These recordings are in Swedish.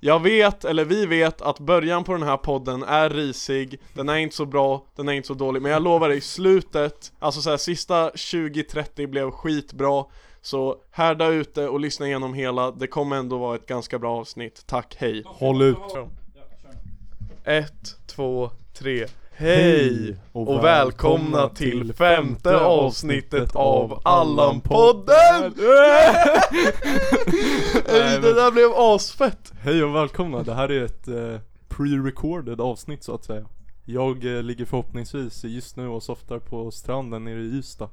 Jag vet, eller vi vet, att början på den här podden är risig Den är inte så bra, den är inte så dålig Men jag lovar dig, slutet, alltså så här, sista 20-30 blev skitbra Så härda ut det och lyssna igenom hela Det kommer ändå vara ett ganska bra avsnitt Tack, hej Håll ut. Ett, två, tre Hej! Och välkomna till femte avsnittet av Allan-podden! Nej, Det men- där blev asfett! Hej och välkomna, det här är ett eh, pre-recorded avsnitt så att säga Jag eh, ligger förhoppningsvis just nu och softar på stranden nere i Ystad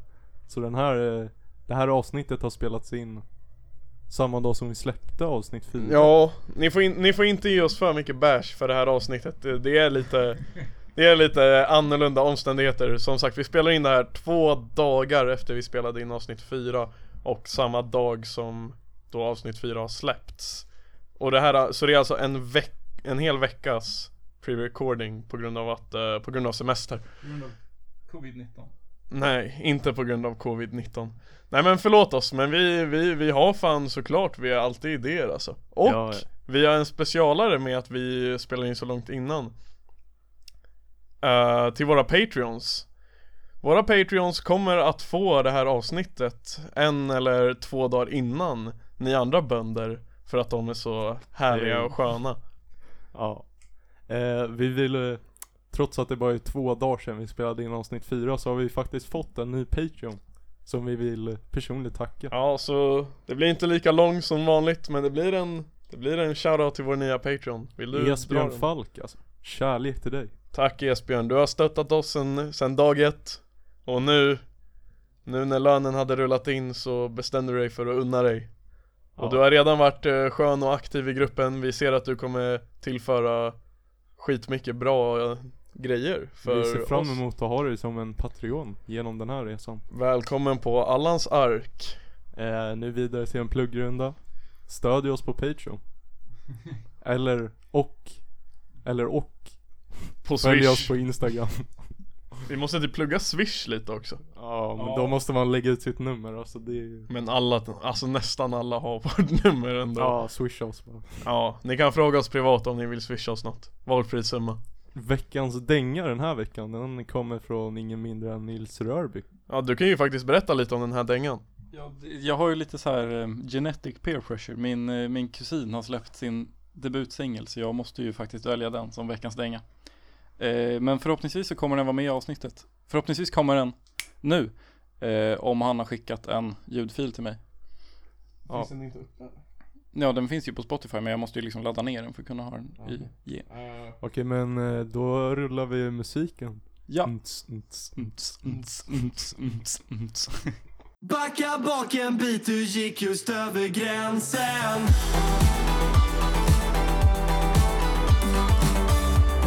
Så den här, eh, det här avsnittet har spelats in samma dag som vi släppte avsnitt 4 Ja, ni får, in, ni får inte ge oss för mycket bash för det här avsnittet. Det, det är lite Det är lite annorlunda omständigheter. Som sagt, vi spelar in det här två dagar efter vi spelade in avsnitt 4 och samma dag som då avsnitt 4 har släppts. Och det här, så det är alltså en, veck, en hel veckas pre-recording på grund av att, eh, på grund av semester. På grund av covid-19. Nej, inte på grund av covid-19 Nej men förlåt oss, men vi, vi, vi har fan såklart, vi har alltid idéer alltså Och Ja, ja. vi har en specialare med att vi spelar in så långt innan Eh, Till våra Patreons Våra Patreons kommer att få det här avsnittet en eller två dagar innan ni andra bönder För att de är så härliga Mm. och sköna Ja. Eh, vi vill, eh, trots att det bara är två dagar sedan vi spelade in avsnitt 4 så har vi faktiskt fått en ny Patreon Som vi vill eh, personligt tacka Ja, så det blir inte lika lång som vanligt men det blir en det blir en shoutout till vår nya Patreon Vill du dra Esbjörn den? Falk alltså, kärlek till dig Tack Esbjörn, du har stöttat oss sen, sen dag ett Och nu Nu när lönen hade rullat in så bestämde du dig för att unna dig Och Ja. du har redan varit eh, skön och aktiv i gruppen Vi ser att du kommer tillföra Skitmycket bra eh, grejer för Vi ser fram oss. emot att ha dig som en Patreon genom den här resan. Välkommen på Allans ark Eh, nu vidare till en pluggrunda. Stödj oss på Patreon. Eller och. Eller och. På Följ Swish oss på Instagram. Vi måste typ plugga Swish lite också ja men Ja. då måste man lägga ut sitt nummer alltså det är ju... Men alla, alltså nästan alla har vårt nummer ändå ja. Ja swisha oss bara. ni kan fråga oss privat om ni vill swisha oss något Valfri summa Veckans dänga den här veckan den kommer från ingen mindre än Nils Rörby. Ja du kan ju faktiskt berätta lite om den här dängan Jag, jag har ju lite så här eh, genetic peer pressure. Min, eh, min kusin har släppt sin debutsingel så jag måste ju faktiskt välja den som veckans dänga. Eh, men förhoppningsvis så kommer den vara med i avsnittet. Förhoppningsvis kommer den nu. Eh, om han har skickat en ljudfil till mig. Ja. den inte uppe? Ja den finns ju på Spotify men jag måste ju liksom ladda ner den för att kunna ha den i ge. Okej men eh, då rullar vi musiken. Ja. Mm. Nts, nts. Mts, mts, mts, mts, mts. Backa bak en bit, du gick just över gränsen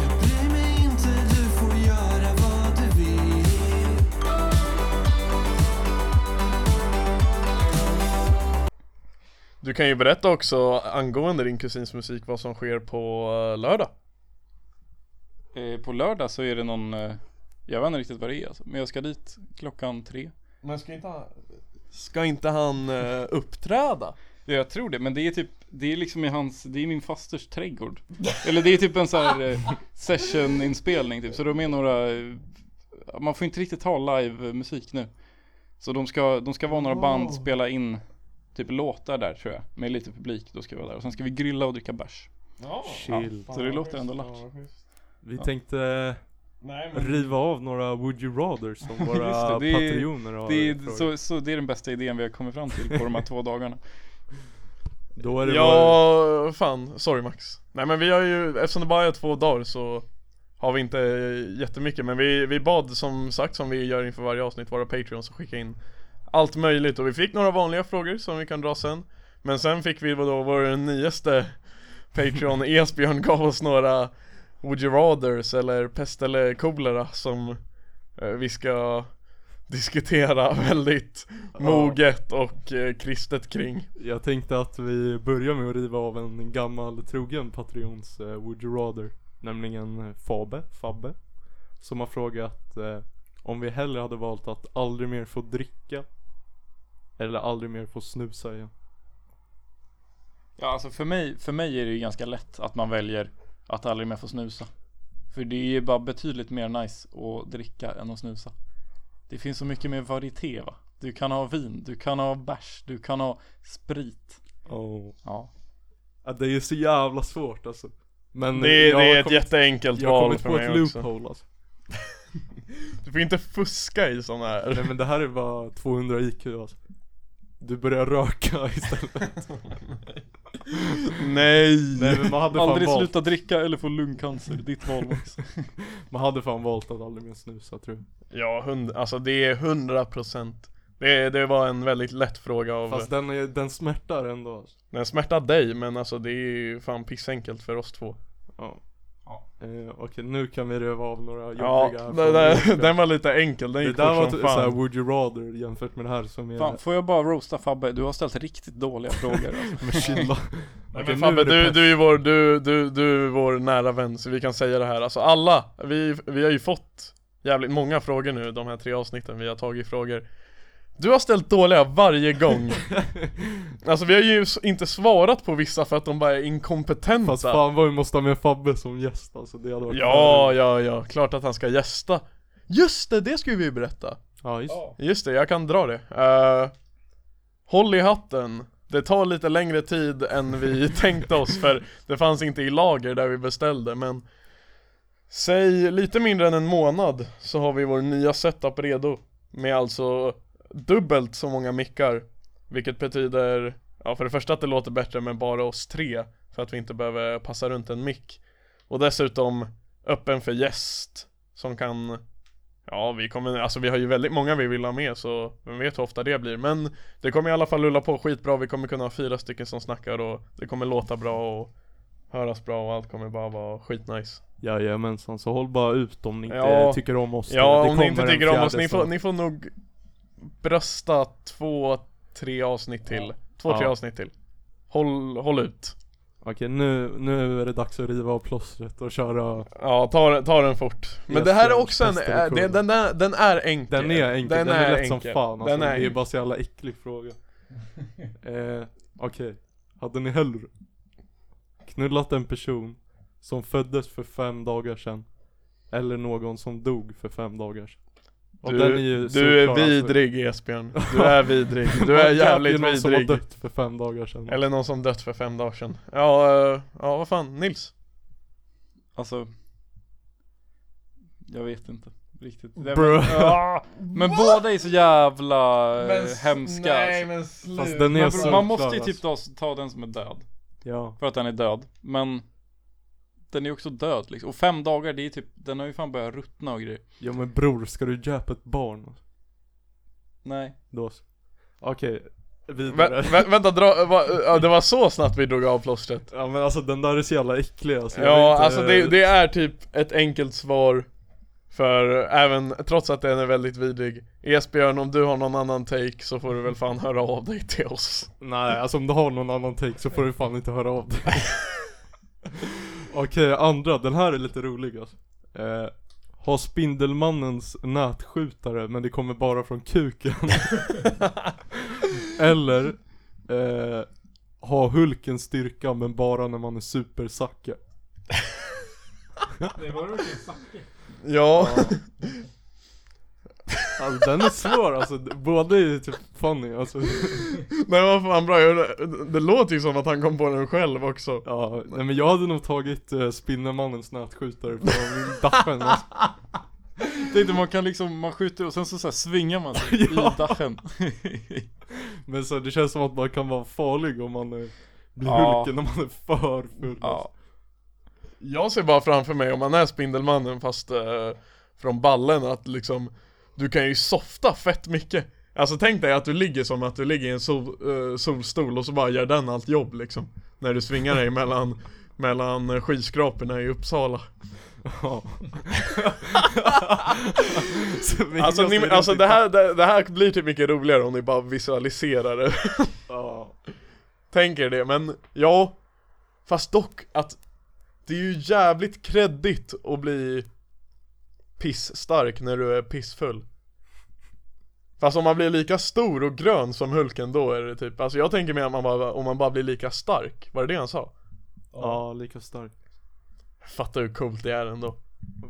Jag bryr mig inte, du får göra vad du vill Du kan ju berätta också angående din kusins musik vad som sker på eh, lördag Eh, på lördag så är det någon, eh, jag vet inte riktigt vad det är alltså, men jag ska dit klockan tre. Men ska inte han Ska inte han eh, uppträda? Ja, jag tror det, men det är typ, det är liksom i hans, det är min fasters trädgård. Eller det är typ en så här eh, sessioninspelning typ, så de är några, eh, man får inte riktigt ha live eh, musik nu. Så de ska, de ska vara några band, spela in typ låtar där tror jag, med lite publik, då ska jag vara där. Och sen ska vi grilla och dricka bärs. Chill. Så det låter ändå lack. Vi tänkte Nej riva av några Would You Rather som våra Just det, det är- patrioner har Det är, frågat. så, så det är den bästa idén vi har kommit fram till på de här två dagarna. Då är det ja. Ja, fan, sorry Max Nej men vi har ju, eftersom det bara är två dagar så Har vi inte jättemycket men vi, vi bad som sagt som vi gör inför varje avsnitt våra patreons att skicka in Allt möjligt och vi fick några vanliga frågor som vi kan dra sen Men sen fick vi då vår nyaste Patreon Esbjörn gav oss några Would you rathers eller pest eller kolera som eh, vi ska diskutera väldigt moget och eh, kristet kring Jag tänkte att vi börjar med att riva av en gammal trogen patrons eh, Would You Rather Nämligen eh, Fabe, Fabbe Som har frågat eh, om vi hellre hade valt att aldrig mer få dricka Eller aldrig mer få snusa igen Ja, alltså för mig, för mig är det ju ganska lätt att man väljer att aldrig mer få snusa. För det är ju bara betydligt mer nice att dricka än att snusa. Det finns så mycket mer varietet va? Du kan ha vin, du kan ha bärs, du kan ha sprit. Oh. Ja. Ja, det är så jävla svårt alltså. Men Det är, jag det har är ett kommit- jätteenkelt Jag har val kommit för på ett mig också loophole alltså. Du får inte fuska i sådana här Nej men det här är bara 200 IQ alltså. Du börjar röka istället. Nej! Nej men man hade fan Aldrig valt. sluta dricka eller få lungcancer, ditt val Max. Man hade fan valt att aldrig mer snusa tror jag. Ja, hund, alltså det är 100% det, det var en väldigt lätt fråga av Fast den, är, den smärtar ändå alltså. Den smärtar dig men alltså det är ju fan pissenkelt för oss två Ja. Ja. Eh, Okej nu kan vi röva av några jobbiga Ja, här den, från den, Jessica. den var lite enkel, den Det gick där var fort typ som såhär fan would you rather jämfört med det här som är... Fan, får jag bara roasta Fabbe? Du har ställt riktigt dåliga frågor alltså. Men chilla. Nej, men Okej, nu Fabbe, är det du, pest. du, är ju vår, du, du, du är vår nära vän så vi kan säga det här Alltså alla, vi, vi har ju fått jävligt många frågor nu de här tre avsnitten vi har tagit frågor Du har ställt dåliga varje gång Alltså vi har ju s- inte svarat på vissa för att de bara är inkompetenta Fast fan vad vi måste ha med Fabbe som gäst alltså, det hade varit Ja, ja, ja, klart att han ska gästa Just det, det skulle vi ju berätta Ja just Just det, jag kan dra det Eh, Håll i hatten Det tar lite längre tid än vi tänkte oss för det fanns inte i lager där vi beställde men Säg lite mindre än en månad så har vi vår nya setup redo Med alltså dubbelt så många mickar Vilket betyder, ja för det första att det låter bättre med bara oss tre För att vi inte behöver passa runt en mick Och dessutom öppen för gäst Som kan Ja vi kommer, alltså vi har ju väldigt många vi vill ha med så vem vet hur ofta det blir men Det kommer i alla fall rulla på skitbra, vi kommer kunna ha fyra stycken som snackar och det kommer låta bra och höras bra och allt kommer bara vara skitnice Jajamensan, så håll bara ut om ni inte Ja. tycker om oss Ja Det om ni kommer inte en tycker om fjärde oss, ni får, snart. ni får nog brösta två, tre avsnitt till Två, tre Ja. avsnitt till Håll, håll ut Okej nu, nu är det dags att riva av plåstret och köra Ja, ta, ta den fort Men Yes, det här är yes, också en, bästa version. den, den, är- den är enkel Den är enkel, den, är lätt som fan alltså. Den är Det är enkel. bara så jävla äcklig fråga eh, Okej, hade ni hellre knullat en person som föddes för fem dagar sedan eller någon som dog för fem dagar sedan? Och Du, den är du är ju solklar, alltså. vidrig Esbjörn, du är vidrig, du är Man kan jävligt ju någon som har vidrig dött för fem dagar sedan Eller någon som dött för fem dagar sedan Ja, eh, ja vad fan, Nils? Alltså Jag vet inte riktigt Det- Bro. Ah, Men båda är så jävla eh, hemska Nej alltså. men sluta Fast den är Men så man måste ju klar, typ ta, ta den som är död Ja, För att den är död Men Den är också död liksom Och fem dagar det är typ Den har ju fan börjat ruttna och grejer ja men bror ska du köpa ett barn? Nej Då så. Okej, Vä vidare. vä vänta, dra, va, ja, det var så snabbt vi drog av plåstret Ja men alltså den där är så jävla äcklig alltså. Jag vill Ja inte- alltså det, det är typ ett enkelt svar För även, trots att den är väldigt vidrig Esbjörn om du har någon annan take så får du väl fan höra av dig till oss Nej alltså om du har någon annan take så får du fan inte höra av dig. Okej, andra. Den här är lite rolig alltså. Eh, ha Spindelmannens nätskjutare men det kommer bara från kuken. Eller eh, ha Hulkens styrka men bara när man är supersacke. Det var verkligen sacke Ja, Alltså den är svår alltså. Båda är ju typ funny alltså. men vad fan bra, Jag- det, det låter ju som att han kom på den själv också Ja, nej men jag hade nog tagit eh, Spindelmannens nätskjutare från Dachen alltså. Tänkte man kan liksom Man skjuter och sen så, så här svingar man sig Ja. i dachen Men så det känns som att man kan vara farlig om man eh, blir Ja. Hulken när man är för full alltså. Ja Jag ser bara framför mig om man är Spindelmannen fast eh, från ballen att liksom Du kan ju softa fett mycket Alltså tänk dig att du ligger som att du ligger i en sol, eh, solstol och så bara gör den allt jobb liksom När du svingar dig mellan, mellan eh, skyskraporna i Uppsala Ja. Så vilket Alltså, jag ni, skulle alltså inte- det, här, det, det här blir typ mycket roligare om ni bara visualiserar det Ja. Tänker det, men ja Fast dock att Det är ju jävligt kreddigt att bli Pissstark när du är pissfull Fast om man blir lika stor och grön som Hulken då är det typ, alltså jag tänker mer om man bara, om man bara blir lika stark, var det det han sa? Ja, lika stark. Fattar hur coolt det är ändå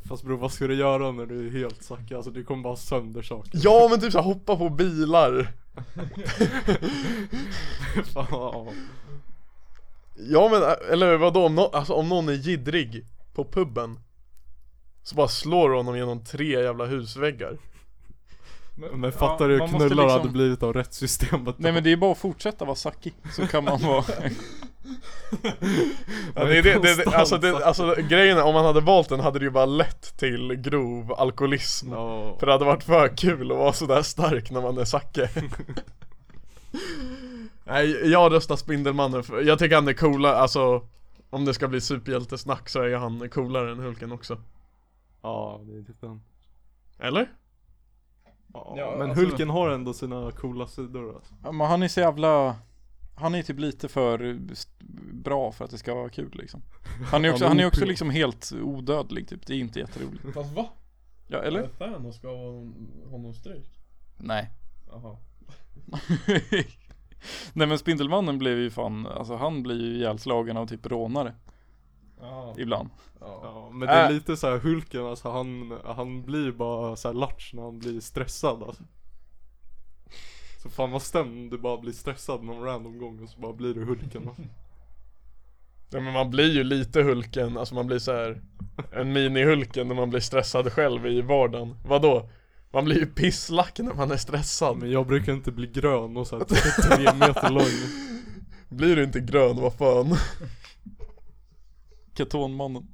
Fast bror vad ska du göra när du är helt sackig? Alltså du kommer bara sönder saker. Ja men typ såhär hoppa på bilar Fan, ja. Ja men ä- eller vadå om, nå alltså, om någon är jiddrig på puben Så bara slår du honom genom tre jävla husväggar Men fattar du man hur måste knullar liksom- hade blivit av rättssystemet? Nej men det är bara att fortsätta vara sackig så kan man vara ja, det, är det, det, det, konstant alltså, det, sagt. alltså grejen är, om man hade valt den hade det ju bara lett till grov alkoholism Ja. För det hade varit för kul att vara sådär stark när man är Zacke Nej, jag röstar Spindelmannen för jag tycker han är coolare, alltså Om det ska bli superhjältesnack så är han coolare än Hulken också ja, det är typ den. Eller? Ja, Ja, men alltså- Hulken har ändå sina coola sidor alltså. Ja, Men han är så jävla Han är typ lite för st- bra för att det ska vara kul liksom Han är också, Han är han är också OP. liksom helt odödlig typ Det är inte jätteroligt Fast va? Ja eller? Thanos gav honom stryk? Nej Jaha Nej men Spindelmannen blev ju fan Alltså han blir ju ihjälslagen av typ rånare Ibland Ja, men det är Äh. lite så här Hulken alltså, han, han blir bara så här latch när han blir stressad alltså. Så fan vad stämd du bara blir stressad någon random gång och så bara blir du Hulken alltså. Ja men man blir ju lite Hulken, alltså man blir så här En mini-Hulken när man blir stressad själv i vardagen Vadå? Man blir ju pisslack när man är stressad Men jag brukar inte bli grön och så här tre meter lång. Blir du inte grön, vad fan? Ketonmannen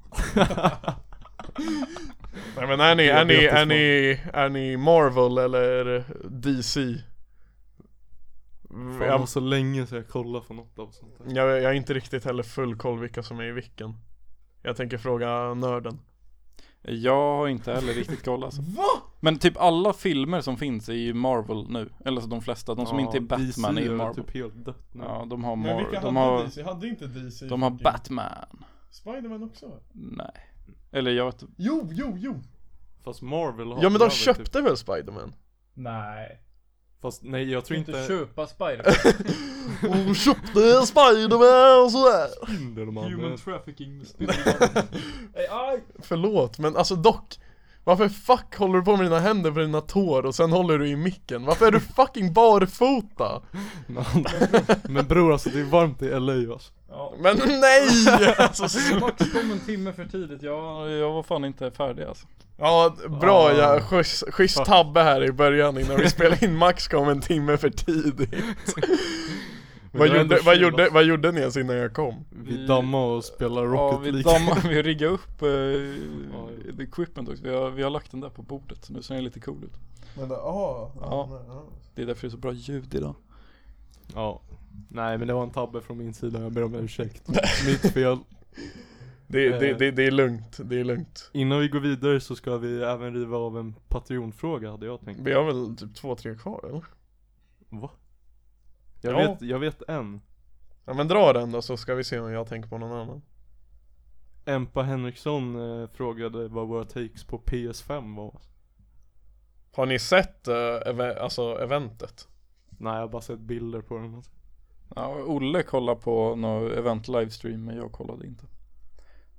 Nej men är ni, är ni, är ni, är ni Marvel eller DC? Fan det var Jag, så länge så jag kollade på något av sånt där. jag, jag har inte riktigt heller full koll vilka som är i vilken Jag tänker fråga nörden Jag har inte heller riktigt koll alltså Va? Men typ alla filmer som finns är ju Marvel nu Eller så de flesta, de som inte är Batman är DC ju Marvel typ helt dött nu. Ja de har Marvel, de har, Hade inte DC? de har Batman Spiderman också va? Nej Eller jag vet Jo, jo, jo! Fast Marvel har Ja men de över Typ. köpte väl Spiderman? Nej. Fast nej jag Du tror inte inte köpa Spiderman. De köpte Spiderman och sådär Spindelmannen. trafficking med Förlåt men alltså dock Varför fuck håller du på med dina händer på dina tår och sen håller du i micken? Varför är du fucking barfota? Men bror alltså det är varmt i LA alltså. Ja. Men nej! Alltså, s- Max kom en timme för tidigt. Jag... Jag var fan inte färdig alltså ja, bra Ah. ja, schysst, schysst tabbe här i början innan vi spelade in Max kom en timme för tidigt vad, det var ändå gjorde, vad, kul, gjorde, alltså. vad gjorde ni ens innan jag kom? Vi Vi- dammar och spelar Ja, Rocket vi League. dammar, vi riggar upp eh, jo. the equipment också. Vi har, vi har lagt den där på bordet, så nu ser den lite cool ut. ah, Ja. Det är därför det är så bra ljud idag. Ja. Nej men det var en tabbe från min sida, jag ber om ursäkt. Mitt fel. Det, Eh. det, det, det är lugnt, det är lugnt Innan vi går vidare så ska vi även riva av en Patreon-fråga hade jag tänkt. Vi har väl typ två, tre kvar eller? Va? Jag, Ja. vet, jag vet en. Ja men dra den då så ska vi se om jag tänker på någon annan Empa Henriksson eh, frågade vad våra takes på PS5 var. Har ni sett eh, eve- alltså eventet? Nej jag har bara sett bilder på den. alltså. Ja, Olle kollade på någon event livestream, men jag kollade inte.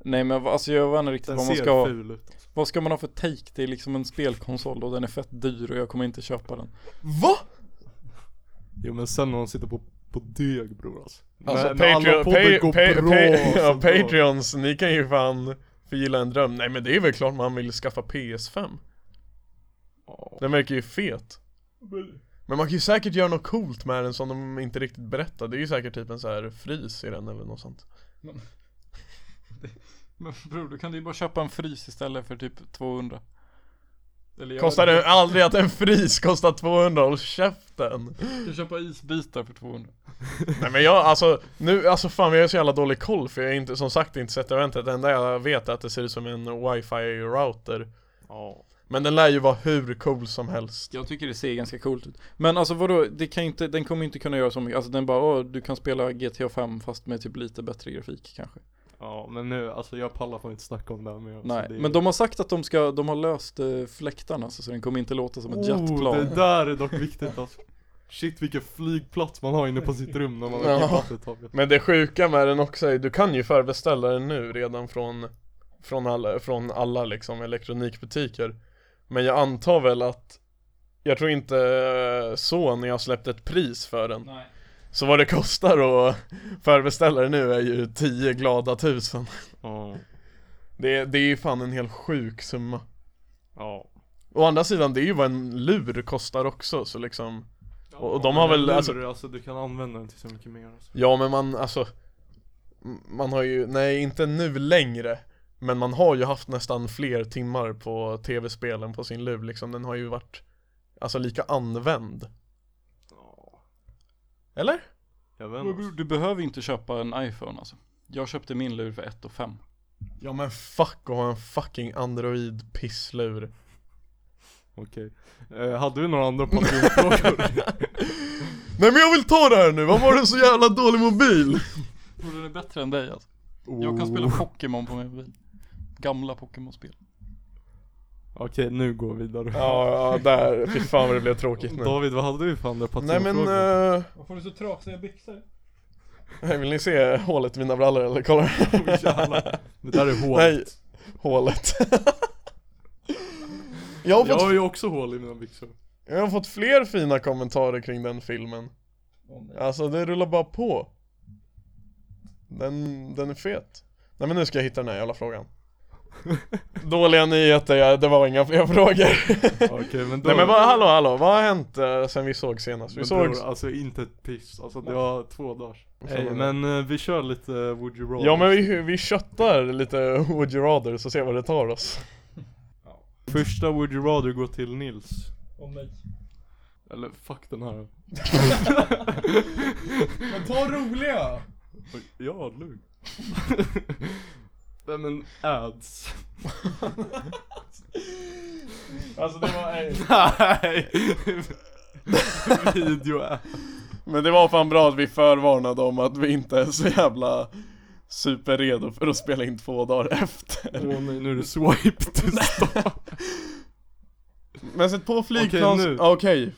Nej men vad- alltså jag vet inte riktigt Den vad man ser ska ha. ful ut. alltså. Vad ska man ha för take? Det är liksom en spelkonsol och den är fett dyr och jag kommer inte köpa den. VA? Jo men sen när de sitter på, på deg bror alltså. Alltså När- när alla Patreon, poddar pay, går pay, bra alltså. pay, och ja, sånt där. Patreons, ni kan ju fan förgilla en dröm Nej men det är väl klart man vill skaffa PS5 Den verkar ju fet Men man kan ju säkert göra något coolt med den som de inte riktigt berättar Det är ju säkert typ en så här frys i den eller något sånt Men bror, då kan du ju bara köpa en frys istället för typ 200. Eller jag Kostar det aldrig att en frys kostar 200, håll käften Du kan köpa isbitar för 200. Nej men jag, alltså, nu, alltså fan vi har ju så jävla dålig koll för jag har inte, som sagt inte sett eventet Det enda jag vet är att det ser ut som en wifi-router Ja. Men den lär ju vara hur cool som helst Jag tycker det ser ganska coolt ut Men alltså vadå, det kan ju inte, den kommer ju inte kunna göra så mycket Alltså den bara, åh, du kan spela GTA 5 fast med typ lite bättre grafik kanske Ja men nu, alltså jag pallar fan inte snacka om det här mer. alltså, Nej, det är- men de har sagt att de ska, de har löst eh, fläktarna så, så den kommer inte låta som ett Oh, det jetplan. där är dock viktigt alltså. Shit vilken flygplats man har inne på sitt rum när man Ja. har kippat ett tag. Men det sjuka med den också är, du kan ju förbeställa den nu redan från Från alla, från alla liksom elektronikbutiker Men jag antar väl att Jag tror inte eh, Sony har släppt ett pris för den Nej. Så vad det kostar att förbeställa den nu är ju 10 glada tusen Ja. Det, är- det är ju fan en helt sjuk summa Ja. Å andra sidan, det är ju vad en lur kostar också så liksom Och- och de men har väl, en lur, alltså- alltså du kan använda den till så mycket mer alltså. Ja men man, alltså m- Man har ju, nej inte nu längre Men man har ju haft nästan fler timmar på tv-spelen på sin lur liksom Den har ju varit Alltså lika använd Ja. Eller? Jag vet inte. alltså. Du behöver ju inte köpa en iPhone alltså. Jag köpte min lur för 1 och 5. Ja men fuck att ha en fucking android pisslur Okej. Eh, hade vi några andra pensionsfrågor? Nej men jag vill ta det här nu, vad var det så jävla dålig mobil? Och den är bättre än dig alltså. Jag kan spela Pokémon på min mobil. Gamla Pokémon-spel. Okej nu går vi vidare. Ja, ja där, fy fan vad det blev tråkigt nu David vad hade vi för andra Nej pensionsfrågor? men, eh, Varför har du så trasiga byxor? nej, vill ni se hålet i mina brallor eller kolla? eh, Jävlar. Det där är hål. Nej, hålet Jag har fått Jag har ju också hål i mina byxor. Jag har fått fler fina kommentarer kring den filmen Åh, nej. Alltså det rullar bara på Den, den är fet Nej men nu ska jag hitta den här jävla frågan Dåliga nyheter, ja, det var inga fler frågor Okej men då. Nej men vad, hallå hallå, vad har hänt eh, sen vi såg senast? Vi Men såg bror, alltså inte ett piss, alltså det var två dagar Nej, Nej, men eh, vi kör lite eh, Would you roll Ja men vi, vi köttar lite Would you rather så ser vad det tar oss Första Would you rather går till Nils Åh, nej. Eller fuck den här Men ta roliga! Oj, Ja, lugn Nej men ads Alltså det var, Nej Video ads men det var fan bra att vi förvarnade om att vi inte är så jävla superredo för att spela in två dagar efter Åh nej nu är det swipe till stopp Men sätt på flygplans... Okej, nu. Okej,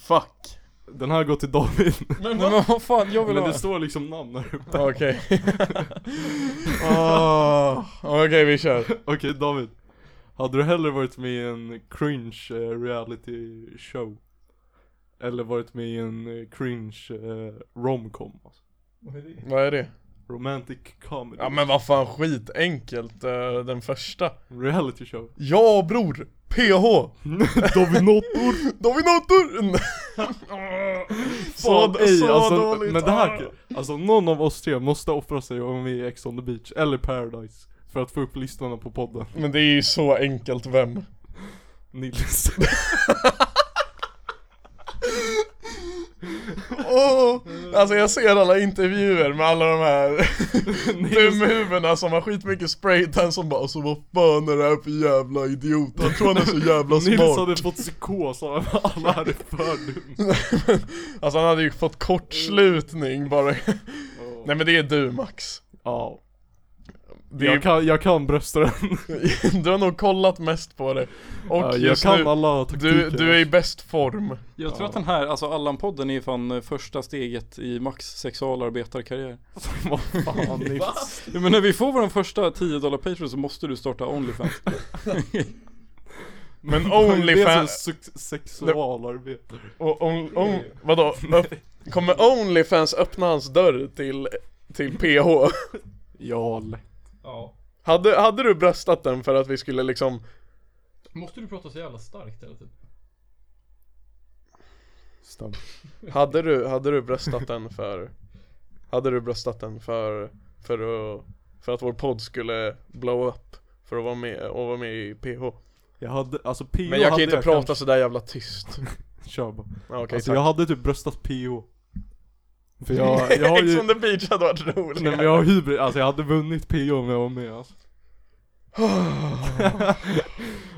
fuck Den här går till David Men vad men, fan, jag Men vill ha. det står liksom namn här uppe Okej Åh, Okej vi kör Okej David Hade du hellre varit med i en cringe eh, reality show? Eller varit med i en eh, cringe eh, romcom? Alltså. Vad är det? Vad är det? Romantic comedy Ja men vad fan skitenkelt, eh, den första Reality show Ja bror! PH! Dominator! Dominatorn! Fan, så ej, så alltså, dåligt! Ah. Men det här, alltså någon av oss tre måste offra sig om vi är Ex on the beach eller Paradise För att få upp listorna på podden Men det är ju så enkelt vem Nils Åh! Alltså jag ser alla intervjuer med alla de här dumhuvudena som har skitmycket spraytan som bara alltså vad fan är det här för jävla idiot? Han tror han är så jävla Nils smart hade fått psykos av alla här är för dum Alltså han hade ju fått kortslutning bara Nej men det är du Max Ja, det är, jag kan, jag kan brösta den Du har nog kollat mest på det Och Ja, jag just kan nu, alla taktiker alltså. du, du är i bäst form Jag tror att den här, alltså Allan-podden är fan eh, första steget i Max sexualarbetarkarriär. Vad fan Nils Ja, men när vi får vår första 10 dollar Patreon så måste du starta Onlyfans. Men Det är Onlyfans som suc- sexualarbetare och on, on, Vadå? Öpp, kommer Onlyfans öppna hans dörr till, till PH? Ja lätt Ja. Hade, hade du bröstat den för att vi skulle liksom Måste du prata så jävla starkt hela tiden? Stam. Hade du, hade du bröstat den för Hade du bröstat den för För att För att vår podd skulle blow up För att vara med, och vara med i PH Jag hade, alltså PO Men jag kan hade ju inte prata kanske- sådär jävla tyst Kör bara Ja, Okej Alltså tack jag hade typ bröstat PO För jag, jag har Ex ju on the beach hade varit roligt Nej men jag har hybrid, alltså jag hade vunnit PO om jag var med alltså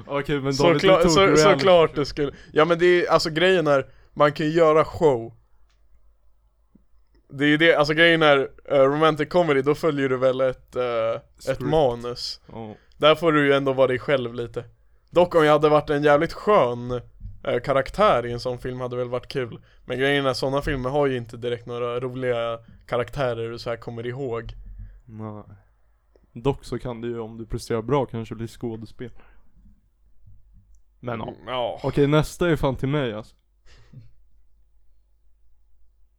Okej men David Såklart, du tog så, reality såklart det skulle, ja men det är, alltså grejen är, man kan ju göra show Det är ju det, alltså grejen är, eh, romantic comedy då följer du väl ett, eh, ett Script. manus Ja. Där får du ju ändå vara dig själv lite Dock om jag hade varit en jävligt skön eh, karaktär i en sån film hade väl varit kul Men grejen är sådana filmer har ju inte direkt några roliga karaktärer du så här kommer ihåg Nej. Dock så kan du ju om du presterar bra kanske bli skådespelare. Men ja. ja. Okej nästa är fan till mig alltså.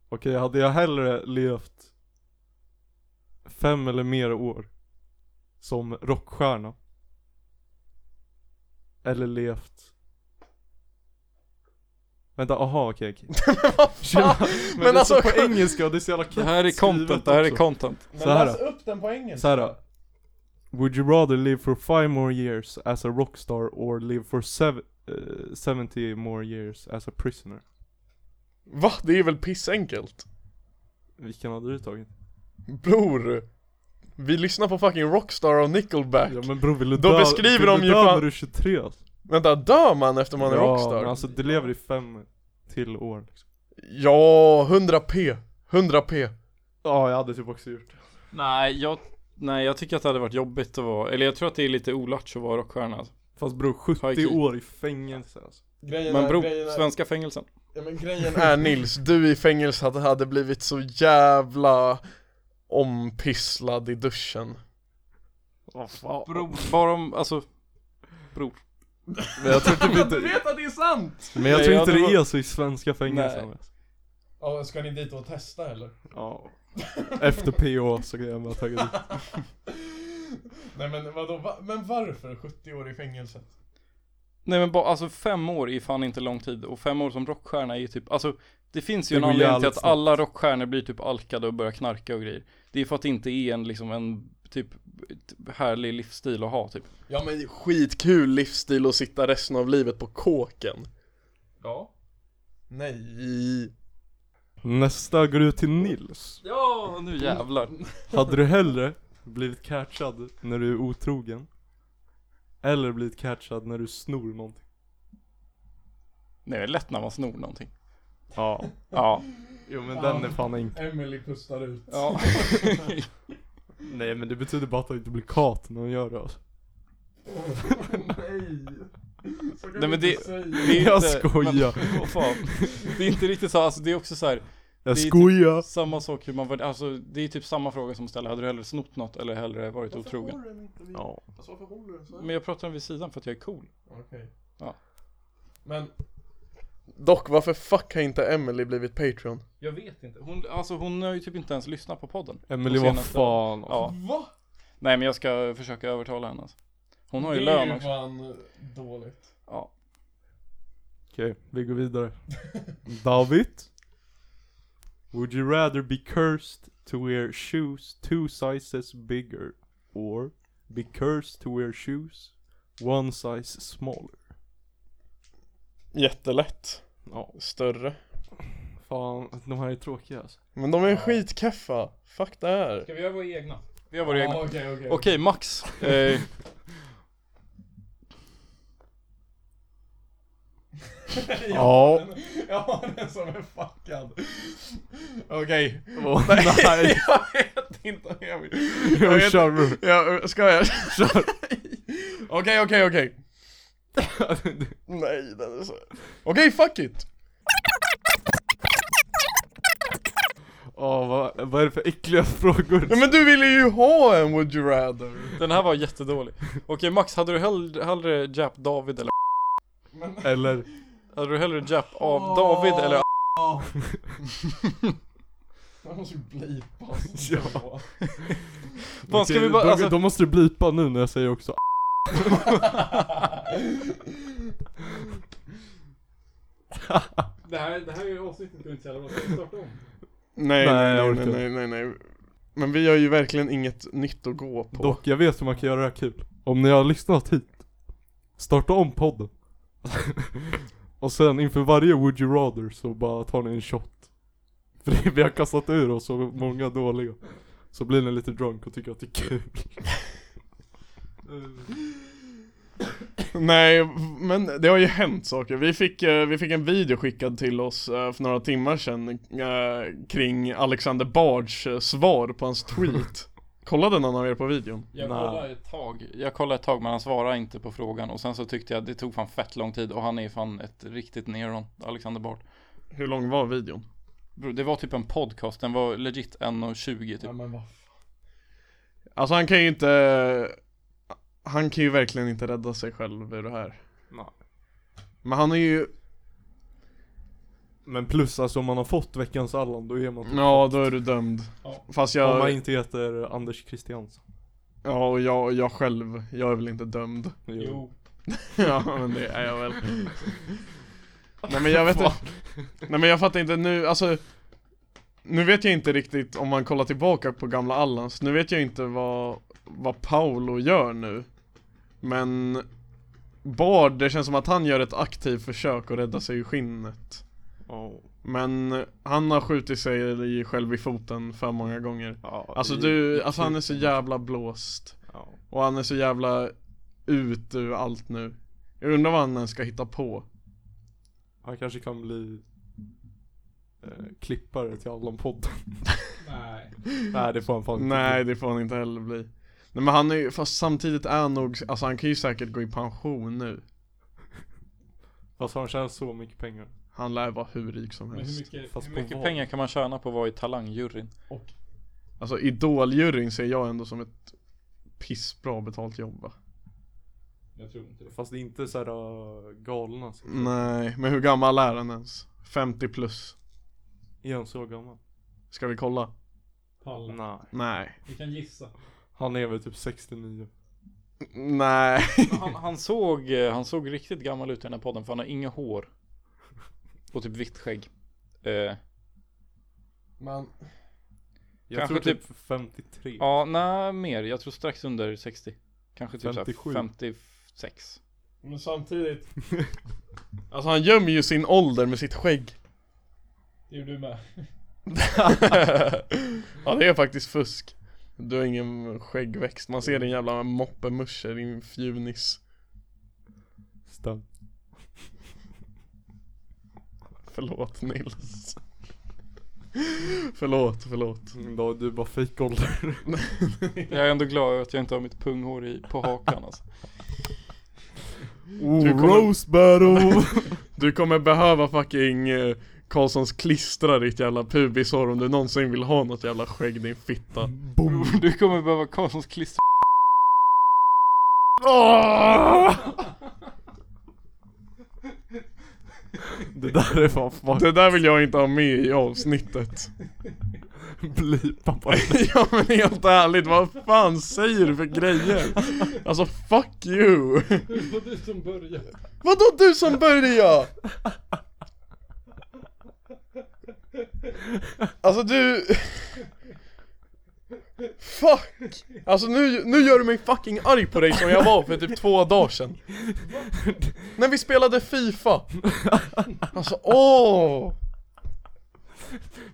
Okej hade jag hellre levt fem eller mer år som rockstjärna. Eller levt Vänta, aha okej okej. Ja, men, Men det alltså- är så på engelska och det är så jävla Det kul här är content, det här är content. Men Så här läs då. upp den på engelska Så här då. Would you rather live for five more years as a rockstar or live for sev- eh, 70 more years as a prisoner? Va? Det är väl pissenkelt? Vilken hade du tagit? Bror! Vi lyssnar på fucking Rockstar och Nickelback Ja men bror vill du Då dö, beskriver vill de du ju dö fan- när du är 23 alltså? Vänta, dör man efter man är ja, rockstar? men alltså du lever i fem till år liksom. Ja, 100p 100p Ja jag hade typ också gjort det. Nej, jag, nej, jag tycker att det hade varit jobbigt att vara, eller jag tror att det är lite olatch att vara rockstjärna. alltså. Fast bror 70 Hajki. år i fängelse alltså. Grejen Men bro, svenska fängelsen. Ja men grejen är Nils, du i fängelse hade, hade blivit så jävla ompysslad i duschen Åh fan. Bror, bara om, alltså, bror. Men jag tror typ inte, vet att det är sant! men jag Nej, tror jag inte tror- det är så i svenska fängelser. Nej. Alltså. Ja, ska ni dit och testa eller? Ja. Efter PO så kan jag bara tagit dit. Nej men vadå, Va- men varför 70 år i fängelse? Nej men bara, alltså fem år är fan inte lång tid och fem år som rockstjärna är ju typ, alltså det finns ju Det en går anledning till jävligt att snabbt. alla rockstjärnor blir typ alkade och börjar knarka och grejer. Det är för att det inte är en liksom en typ härlig livsstil att ha typ. Ja men skitkul livsstil att sitta resten av livet på kåken Ja. Nej Nästa går ut till Nils. Ja, nu jävlar. Hade du hellre blivit catchad när du är otrogen? Eller blivit catchad när du snor någonting? Nej, det är lätt när man snor någonting. Ja. Ja. Jo men den är fan enkel. Emily pustar ut. ja. Nej men det betyder bara att han inte blir kat när han gör det alltså. Nej! Så kan Nej, men du det- inte säga. Det är inte, Jag skojar. Men, vad fan. Det är inte riktigt så, alltså det är också så här, Jag Det är typ- skojar! samma sak hur man, värd- alltså det är typ samma fråga som ställer, hade du hellre snott något eller hellre varit otrogen? Varför håller den inte vid- Ja. alltså, varför håller den så Mm. här? Men jag pratar vid sidan för att jag är cool. Okej. Ja. Men Dock, varför fuck har inte Emily blivit Patreon? Jag vet inte. Hon, alltså hon har ju typ inte ens lyssnat på podden. Emily Och vad senaste- fan alltså. Ja. va? Nej men jag ska försöka övertala henne alltså. Hon har ju det lön är ju också. fan eh, dåligt. Ja. Okej, vi går vidare. David? Would you rather be cursed to wear shoes two sizes bigger? Or be cursed to wear shoes one size smaller? Jättelätt Ja, Större fan de här är tråkiga alltså. Men de är skitkeffa, fuck det här Ska vi göra våra egna? Vi har våra egna. Okej Okej, okej. Max. Eh, Ja. Ja, den som är fuckad. Okej Åh, nej. Jag vet inte om jag vill Jag vet- kör bror. jag, Ska jag? Okej, okej, okej Nej, den är så... Okej, fuck it! Åh, vad, vad är det för äckliga frågor? Nej men du ville ju ha en would you rather den här var jättedålig. Okej Max, hade du hellre, hellre Jap David eller Men... Eller, Hade du hellre Jap av David eller Man måste ju blipas. Ja. Fan, ska okej, vi bara- då, alltså- då måste du blipa nu när jag säger också Det här, det här är avsnittet går inte så jävla bra, ska vi starta om? Nej, Nej, nej, jag nej, orkar nej, nej, nej, nej. Men vi har ju verkligen inget nytt att gå på. Dock, jag vet hur man kan göra det här kul. Om ni har lyssnat hit, starta om podden. och sen inför varje Would You Rather så bara tar ni en shot. För det, vi har kastat ur oss så många dåliga. Så blir ni lite drunk och tycker att det är kul. Nej, men det har ju hänt saker. Vi fick, eh, vi fick en video skickad till oss eh, för några timmar sedan eh, kring Alexander Bards eh, svar på hans tweet. Kollade någon av er på videon? Jag Nej. kollade ett tag, jag kollade ett tag men han svarade inte på frågan och sen så tyckte jag det tog fan fett lång tid och han är fan ett riktigt neron, Alexander Bard. Hur lång var videon? Bro, Det var typ en podcast, den var legit 1.20 typ. Ja, men vad Alltså han kan ju inte... Han kan ju verkligen inte rädda sig själv ur det här. Nej. Men han är ju... Men plus alltså om man har fått veckans Allan då är man typ Ja, då är du dömd. Ja. Fast Om man jag... inte heter Anders Christiansson. Ja, och jag, jag själv, jag är väl inte dömd. Jo. Jo. Ja men det är jag väl Nej men jag vet inte Nej men jag fattar inte nu, alltså Nu vet jag inte riktigt om man kollar tillbaka på gamla Allans Nu vet jag inte vad, vad Paolo gör nu Men Bard, det känns som att han gör ett aktivt försök att rädda sig i skinnet Ja. Men han har skjutit sig i- själv i foten för många gånger Ja, Alltså i- du, i alltså han är så kuken. jävla blåst Ja. och han är så jävla ut ur allt nu. Jag undrar vad han ens ska hitta på. Han kanske kan bli eh, klippare till Allan-podden. Nej. Nej det får han fan inte Nej bli. det får han inte heller bli. Nej men han är ju, fast samtidigt är han nog, alltså han kan ju säkert gå i pension nu. Fast han tjänar så mycket pengar. Han lär vara hur rik som Men hur helst. mycket, Fast hur på mycket vad? pengar kan man tjäna på att vara i talangjuryn? Alltså idoljuryn ser jag ändå som ett pissbra betalt jobb va? Jag tror inte det. Fast det är inte såhär uh, galna. Så. Nej, men hur gammal är han ens? 50 plus. Är han så gammal? Ska vi kolla? Pallar. Nej. Nej. Vi kan gissa. Han är väl typ 69. Nej. Han, han, såg, eh, han såg riktigt gammal ut i den här podden för han har inga hår. Och typ vitt skägg. Eh, Men Jag tror Kanske typ 53. ja, nej mer. Jag tror strax under 60. Kanske typ 57. såhär 56. Men samtidigt, Alltså han gömmer ju sin ålder med sitt skägg. det gjorde du med. ja det är faktiskt fusk Du har ingen skäggväxt, man ser din jävla moppemusche, din fjunis Stämt. Förlåt Nils Förlåt, förlåt Mm, Då du är bara fejkålder. Jag är ändå glad över att jag inte har mitt punghår i, på hakan alltså. Oh, Du kommer- roast battle! Du kommer behöva fucking eh, Karlssons klistra ditt jävla pubishår om du någonsin vill ha något jävla skägg din fitta Boom! Du kommer behöva Karlssons klister. Det där är fan fuck. Det där vill jag inte ha med i avsnittet Blipa bara. Ja men helt ärligt, vad fan säger du för grejer? Alltså fuck you Det var du som började. Vadå du som börjar? Alltså du... Fuck! Alltså nu, nu gör du mig fucking arg på dig som jag var för typ två dagar sedan När vi spelade FIFA Alltså åh!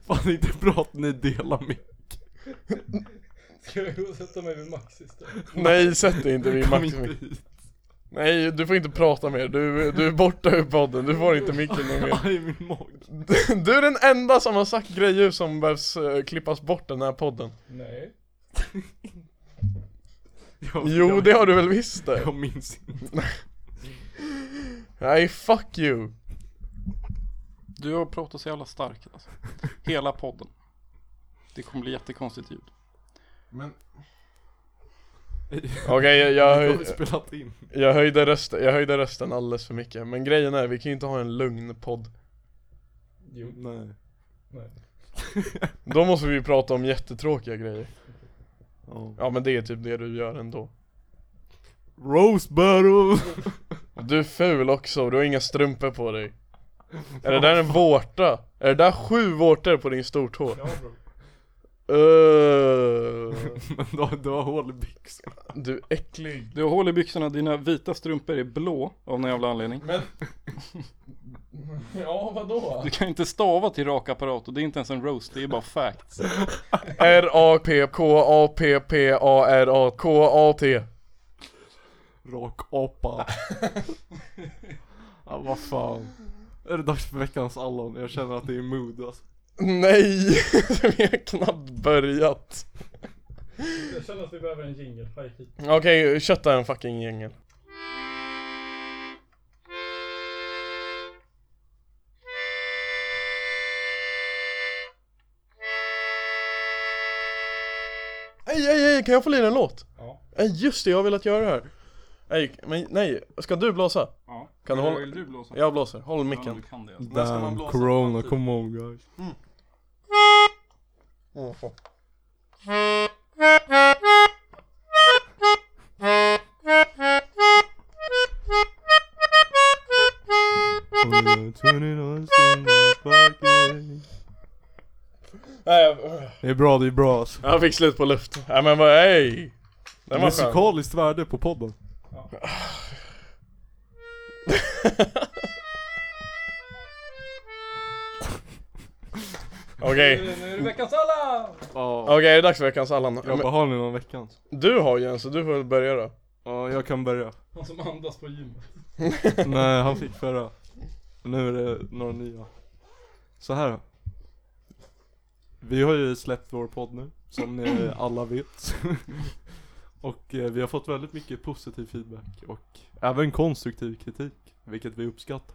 Fan det är inte bra att ni delar mick. Ska jag gå och sätta mig vid Max istället? Nej sätt dig inte vid Kom Max inte hit. Nej du får inte prata mer, du, du är borta ur podden, du får inte micken mer Aj min mag. Du är den enda som har sagt grejer som behövs eh, klippas bort den här podden Nej. Jag, Jo jag, det har du väl visst det? Jag minns inte. Nej fuck you Du har pratat så jävla starkt alltså. Hela podden. Det kommer bli jättekonstigt ljud. Men Okej jag, jag, Jag har höj, ju spelat in. jag, höjde rösten, jag höjde rösten alldeles för mycket Men grejen är, vi kan ju inte ha en lugn podd jo, Nej. nej. Då måste vi ju prata om jättetråkiga grejer Ja. Ja men det är typ det du gör ändå Roast battle! Du är ful också, du har inga strumpor på dig Är det där en vårta? Är det där sju vårtor på din stortå? Ja bro. Uh, Men du har, du har hål i byxorna. du är äcklig Du har hål i byxorna, dina vita strumpor är blå av någon jävla anledning. Men. ja vadå? Du kan inte stava till rakapparat och det är inte ens en roast, det är bara facts. R-A-P-K-A-P-P-A-R-A-K-A-T Rakapa. ja vad fan. Är det dags för veckans Allon? Jag känner att det är mood alltså. Nej! Vi har knappt börjat. Jag känner att vi behöver en jingle. Hej, hit. Okej, kötta en fucking jingel. Ej, ej, ej, kan jag få lira en låt? Ja. Ej, just det, jag har velat göra det här. Ej, men nej, ska du blåsa? Ja. Kan du hålla- Vill du blåsa? Jag blåser, håll Ja, micken. du kan det. alltså. När ska man blåsa? corona, Typ. come on guys. Only 29 in my pocket. Nej, jag- Det är bra, det är bra alltså. jag fick slut på luft. Nej men vad, ej! Den var skön. Musikaliskt värde på podden. Okej, Nu är det veckans alla! Ja. okej, det är dags för veckans Allan. Jag Men bara, har ni någon veckans? Du har ju en, så du får väl börja då. Ja, jag kan börja. Han som andas på gymmet. Nej, han fick förra. Nu är det några nya. Så här. då. Vi har ju släppt vår podd nu, som ni alla vet. och eh, vi har fått väldigt mycket positiv feedback och även konstruktiv kritik, vilket vi uppskattar.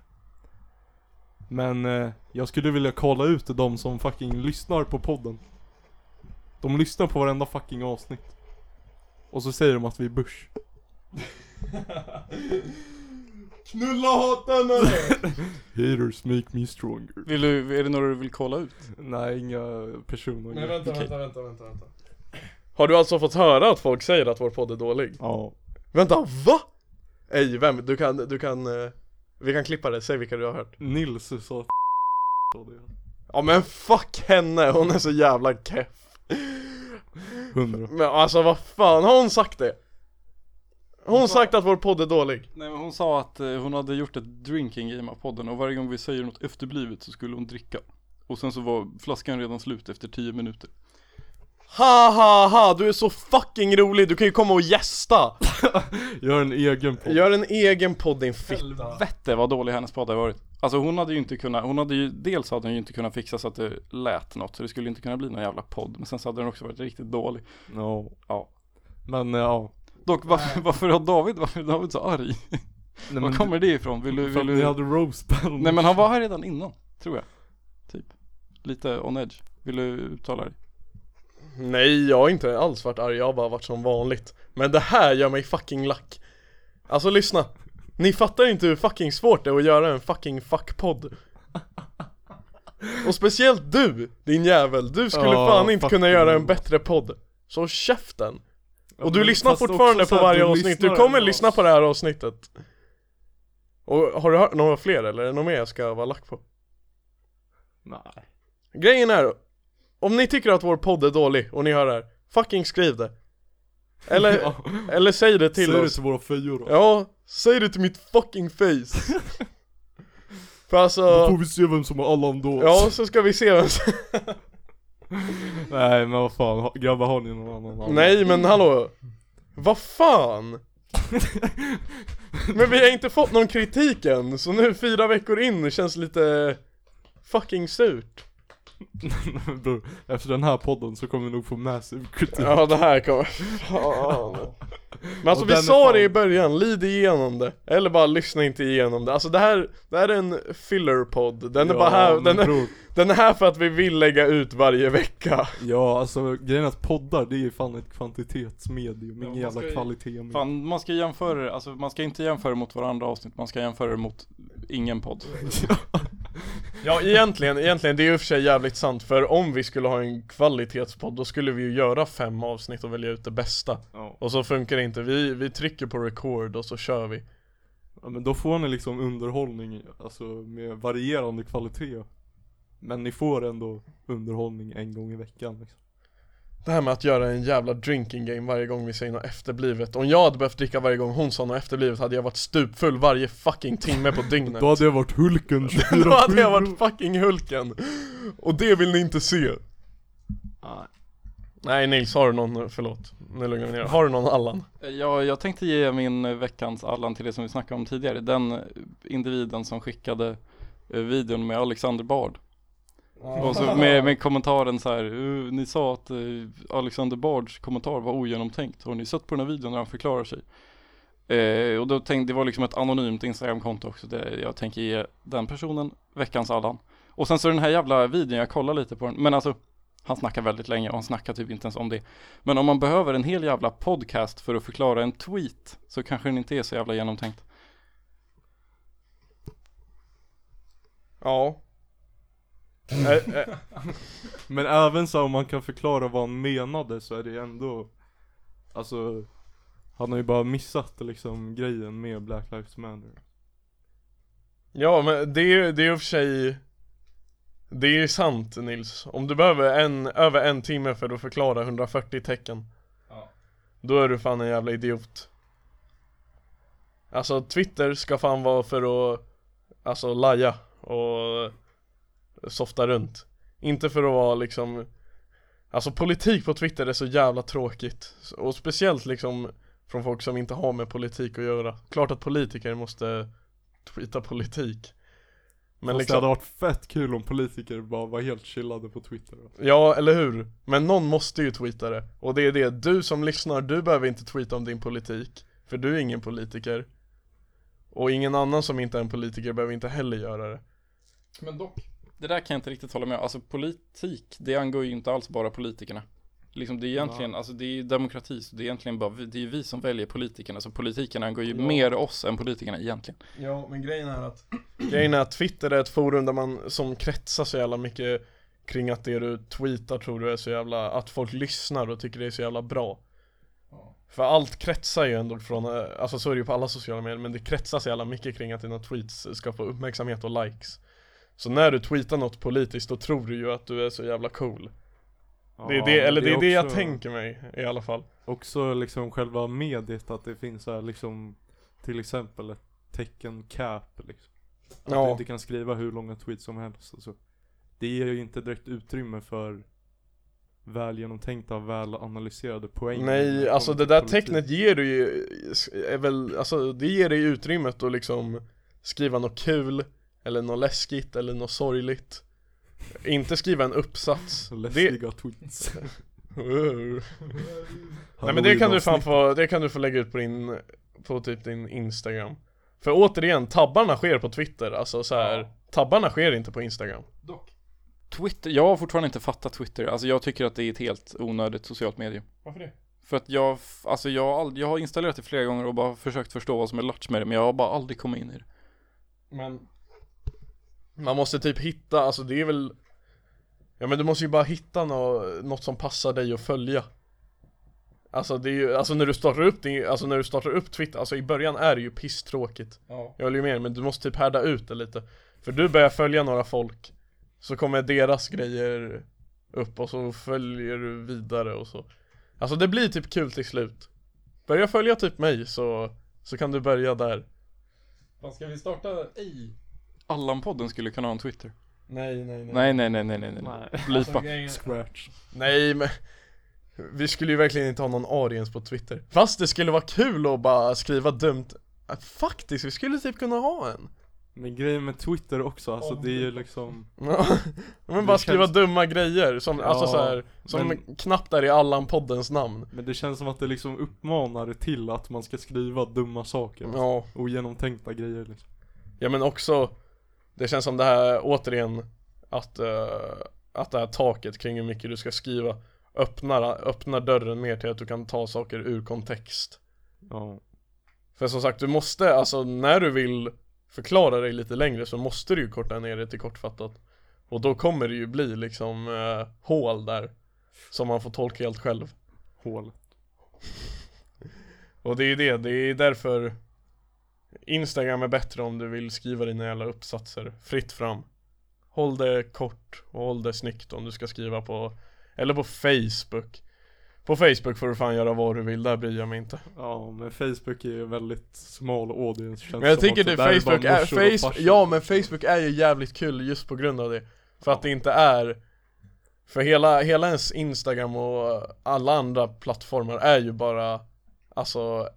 Men eh, jag skulle vilja kolla ut de som fucking lyssnar på podden. De lyssnar på varenda fucking avsnitt. Och så säger de att vi är börs. Knulla hatten eller? Haters make me stronger. Vill du, är det några du vill kolla ut? Nej, inga Men personer. vänta, vänta, vänta, vänta, vänta. Har du alltså fått höra att folk säger att vår podd är dålig? Ja. Vänta, va? Ej, vem? Du kan, du kan, eh, vi kan klippa det, säg vilka du har hört Nils sa att sa det. Ja men fuck henne, hon är så jävla keff Hundra. Men alltså vad fan, har hon sagt det? Hon har sagt att vår podd är dålig Nej men hon sa att eh, hon hade gjort ett drinking game av podden och varje gång vi säger något efterblivet så skulle hon dricka. Och sen så var flaskan redan slut efter 10 minuter. Ha ha ha, du är så fucking rolig, du kan ju komma och gästa! Gör en egen podd. Gör en egen podd din fitta Vette vad dålig hennes podd har varit. Alltså hon hade ju inte kunnat, hon hade ju, dels hade hon ju inte kunnat fixa så att det lät något så det skulle inte kunna bli någon jävla podd. Men sen så hade den också varit riktigt dålig. Ja. Ja. Men eh, ja. Dock varför, varför har David, varför är David så arg? Nej, Var kommer det ifrån? Vill du, du, för att vill ni du? hade roast battle. Nej men han var här redan innan, tror jag. Typ. Lite on edge. Vill du uttala Mm. dig? Nej, jag har inte alls varit arg, jag har bara varit som vanligt Men det här gör mig fucking lack Alltså lyssna Ni fattar inte hur fucking svårt det är att göra en fucking fuckpodd Och speciellt du, din jävel Du skulle Ja, fan inte kunna fucking- göra en bättre podd Så käften! Ja, Och du men lyssnar fast också fortfarande så på här, varje du avsnitt, du lyssnar kommer ändå. lyssna på det här avsnittet Och har du hört några fler eller? Är det något mer jag ska vara lack på? Nej. Grejen är, om ni tycker att vår podd är dålig och ni hör det här, fucking skriv det Eller, Ja. eller säg det Till till Säg det oss till våra fejor då. Ja, säg det till mitt fucking face För Då alltså, får vi se vem som har Allan då. ja så ska vi se vem som- Nej men vad fan. ha- Grabbar har ni någon annan Allan? Nej men hallå Vad fan? Men vi har inte fått någon kritik än, så nu fyra veckor in känns lite fucking surt Bror, efter den här podden så kommer vi nog få massive kritik. Ja det här kommer, fan Men alltså Och vi den är sa fan- det i början, lid igenom det Eller bara lyssna inte igenom det Alltså det här, det här är en filler-podd Den är Ja, bara här, men den är, bror, den är här för att vi vill lägga ut varje vecka Ja alltså grejen är att poddar det är fan ett kvantitetsmedium, ingen man jävla ska ju- kvalitet med. Fan, man ska jämföra det. alltså man ska inte jämföra det mot varandra avsnitt, man ska jämföra det mot ingen podd. Ja egentligen, egentligen det är ju i och för sig jävligt sant För om vi skulle ha en kvalitetspodd Då skulle vi ju göra fem avsnitt och välja ut det bästa Ja. Och så funkar det inte, vi, vi trycker på record och så kör vi Ja men då får ni liksom underhållning, alltså med varierande kvalitet. Men ni får ändå underhållning en gång i veckan liksom. Det här med att göra en jävla drinking game varje gång vi säger något efterblivet Om jag hade behövt dricka varje gång hon sa något efterblivet hade jag varit stupfull varje fucking timme på dygnet Då hade jag varit Hulken 24 Då hade jag varit fucking Hulken Och det vill ni inte se Nej Nils, har du någon, förlåt, nu lugnar vi ner Har du någon Allan? Ja, jag tänkte ge min eh, veckans Allan till det som vi snackade om tidigare. Den eh, individen som skickade eh, videon med Alexander Bard. Och så med, med kommentaren så här, "Uh, ni sa att eh, Alexander Bards kommentar var ogenomtänkt. Har ni sett på den här videon när han förklarar sig? Eh, och då tänkte, det var liksom ett anonymt Instagramkonto också. Det, jag tänker ge den personen veckans Allan. Och sen så den här jävla videon, jag kollar lite på den. Men alltså, han snackar väldigt länge och han snackar typ inte ens om det. Men om man behöver en hel jävla podcast för att förklara en tweet så kanske den inte är så jävla genomtänkt. Ja eh, eh, Men även så om man kan förklara vad han menade så är det ändå Alltså Han har ju bara missat liksom grejen med Black Lives Matter Ja men det är ju, det är ju i och för sig Det är ju sant Nils, om du behöver en, över en timme för att förklara 140 tecken Ja. Då är du fan en jävla idiot Alltså Twitter ska fan vara för att Alltså laja och Softa runt Inte för att vara liksom Alltså politik på Twitter är så jävla tråkigt Och speciellt liksom Från folk som inte har med politik att göra Klart att politiker måste Tweeta politik Men liksom... det hade varit fett kul om politiker bara var helt chillade på Twitter alltså. Ja, eller hur? Men någon måste ju tweeta det. Och det är det, du som lyssnar, du behöver inte tweeta om din politik. För du är ingen politiker. Och ingen annan som inte är en politiker behöver inte heller göra det. Men dock, det där kan jag inte riktigt hålla med om. Alltså politik, det angår ju inte alls bara politikerna. Liksom det är egentligen, alltså det är ju demokrati, så det är egentligen bara, vi, det är ju vi som väljer politikerna, så politikerna angår ju mer oss än politikerna egentligen. Ja, men grejen är att Grejen är att Twitter är ett forum där man som kretsar så jävla mycket kring att det du tweetar tror du är så jävla, att folk lyssnar och tycker det är så jävla bra. För allt kretsar ju ändå från, eh, alltså så är det ju på alla sociala medier, men det kretsar så jävla mycket kring att dina tweets ska få uppmärksamhet och likes. Så när du tweetar något politiskt då tror du ju att du är så jävla cool. det är det, eller det är det jag tänker mig i alla fall. Också liksom själva mediet att det finns så här liksom Till exempel ett tecken cap liksom Att Ja. du inte kan skriva hur långa tweets som helst och så Det ger ju inte direkt utrymme för Väl genomtänkta, väl analyserade poäng när Nej, det alltså det kommer till där politik. tecknet ger dig ju, är väl, alltså det ger dig utrymmet att liksom skriva något kul, eller något läskigt, eller något sorgligt. Inte skriva en uppsats. Så det, läskiga tweets nej men det kan du fan få, det kan du få lägga ut på din, på typ din Instagram. För återigen, tabbarna sker på Twitter, alltså så här, tabbarna sker inte på Instagram. Twitter, jag har fortfarande inte fattat Twitter, alltså jag tycker att det är ett helt onödigt socialt medium. Varför det? För att jag, f- alltså jag, har ald- jag har installerat det flera gånger och bara försökt förstå vad som är latch med det, men jag har bara aldrig kommit in i det. Men Man måste typ hitta, alltså det är väl Ja men du måste ju bara hitta nå- något som passar dig att följa Alltså det är ju, alltså när du startar upp din, alltså när du startar upp Twitter, alltså i början är det ju pisstråkigt Ja. Jag håller ju med dig, men du måste typ härda ut det lite För du börjar följa några folk Så kommer deras grejer upp och så följer du vidare och så Alltså det blir typ kul till slut Börja följa typ mig så, så kan du börja där Vad ska vi starta i? Allan-podden skulle kunna ha en Twitter. Nej nej Nej, nej, nej, nej, nej, nej. Alltså, Blipa. Scratch Nej men Vi skulle ju verkligen inte ha någon audience på Twitter Fast det skulle vara kul att bara skriva dumt Äh, Faktiskt, vi skulle typ kunna ha en Men grejen med Twitter också, alltså det är ju liksom Men Det bara känns- skriva dumma grejer som, alltså Ja, så här, Som men- knappt är i Allan-poddens namn Men det känns som att det liksom uppmanar till att man ska skriva dumma saker Ja, Ogenomtänkta grejer liksom ja men också Det känns som det här, återigen Att, eh, att det här taket kring hur mycket du ska skriva Öppnar, öppnar dörren mer till att du kan ta saker ur kontext Ja För som sagt, du måste, alltså när du vill förklara dig lite längre så måste du ju korta ner det till kortfattat Och då kommer det ju bli liksom eh, hål där Som man får tolka helt själv Hål Och det är ju det, det är därför Instagram är bättre om du vill skriva dina jävla uppsatser fritt fram Håll det kort och håll det snyggt om du ska skriva på Eller på Facebook På Facebook får du fan göra vad du vill, där bryr jag mig inte Ja men Facebook är ju en väldigt smal audience känns Men jag som tycker det också. Där är Facebook bara är, morsor och Facebook, farsor. ja men Facebook är ju jävligt kul just på grund av det För att det inte är För hela, hela ens Instagram och alla andra plattformar är ju bara Alltså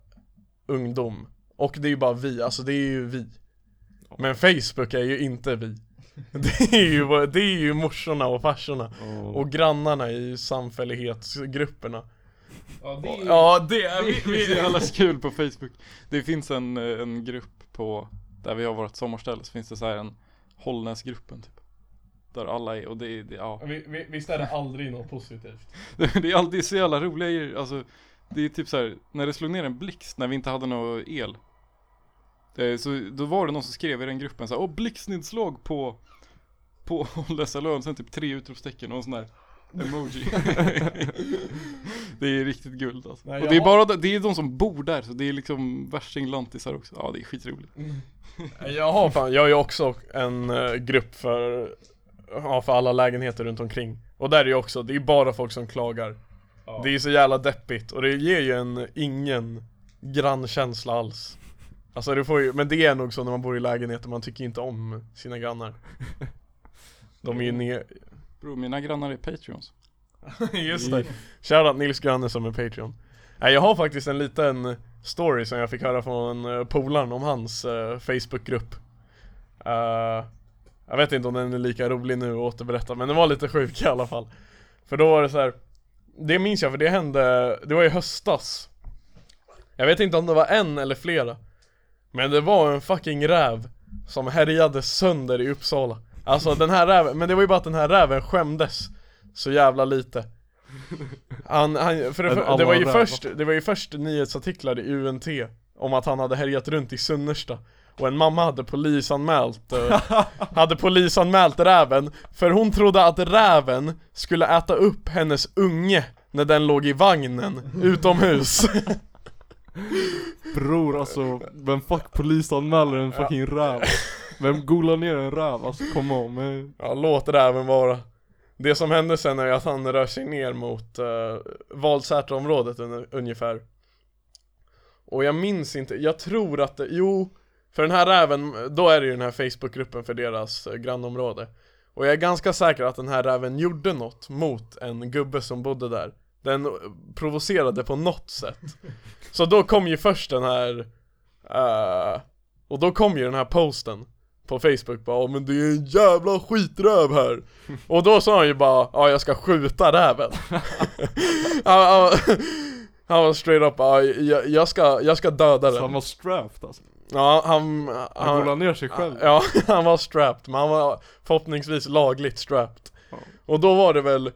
Ungdom Och det är ju bara vi, alltså det är ju vi Men Facebook är ju inte vi Det är ju, bara- det är ju morsorna och farsorna Och grannarna i samfällighetsgrupperna Ja, det Och- är ju... Ja det är vi, Det är vi så jävla kul på Facebook. Det finns en, eh, en grupp på, där vi har vårt sommarställe, så finns det så här en Hållnäsgruppen typ. Där alla är, och det är, det, ja. Vi, vi, visst är det aldrig något positivt? Det är alltid så jävla roliga grejer, alltså. Det är typ så här, när det slog ner en blixt när vi inte hade någon el. eh, Så då var det någon som skrev i den gruppen så här, åh blixtnedslag på, på Hållnäsalön, sen typ tre utropstecken och en sån här emoji. det är riktigt guld alltså. Nej, och det är jag bara det är de som bor där, så det är liksom värstinglantisar också. Ja, det är skitroligt. Jag har fan, jag är ju också en eh, grupp för Ja för alla lägenheter runt omkring Och där är ju också, det är bara folk som klagar Ja. Det är så jävla deppigt och det ger ju en ingen grannkänsla alls Alltså du får ju, men det är nog så när man bor i lägenheter, man tycker inte om sina grannar De är ju ne- Bro, mina grannar är Patreons. Just det, shoutout Nils Granne som är Patreon Nej jag har faktiskt en liten story som jag fick höra från eh, polaren om hans eh, Facebookgrupp Eh, Jag vet inte om den är lika rolig nu att återberätta men den var lite sjuk i alla fall För då var det så här. Det minns jag för det hände, det var i höstas Jag vet inte om det var en eller flera Men det var en fucking räv som härjade sönder i Uppsala Alltså den här räven, men det var ju bara att den här räven skämdes så jävla lite han, han, för det, Men för, det, alla var ju rävar. först, det var ju först nyhetsartiklar i UNT Om att han hade härjat runt i Sunnersta Och en mamma hade polisanmält eh, Hade polisanmält räven För hon trodde att räven skulle äta upp hennes unge När den låg i vagnen utomhus Bror alltså, vem fuck polisanmäler en fucking räv? Vem golar ner en räv? Alltså kom on, men... Ja, låt räven vara. Det som hände sen är ju att han rör sig ner mot uh, Valsäterområdet un- ungefär. Och jag minns inte, jag tror att det, jo, för den här räven, då är det ju den här Facebookgruppen för deras eh, grannområde. Och jag är ganska säker att den här räven gjorde något mot en gubbe som bodde där. Den eh, provocerade på något sätt. Så då kom ju först den här, eh, och då kom ju den här posten på Facebook bara "Ja, men det är en jävla skitröv här Och då sa han ju bara ja jag ska skjuta räven han, han, han var straight up ja, jag, jag, ska, jag ska döda Så han den var strapped alltså. Ja han, Han golar han, ner sig själv. ja, han var strapped men han var förhoppningsvis lagligt strapped Ja. Och då var det väl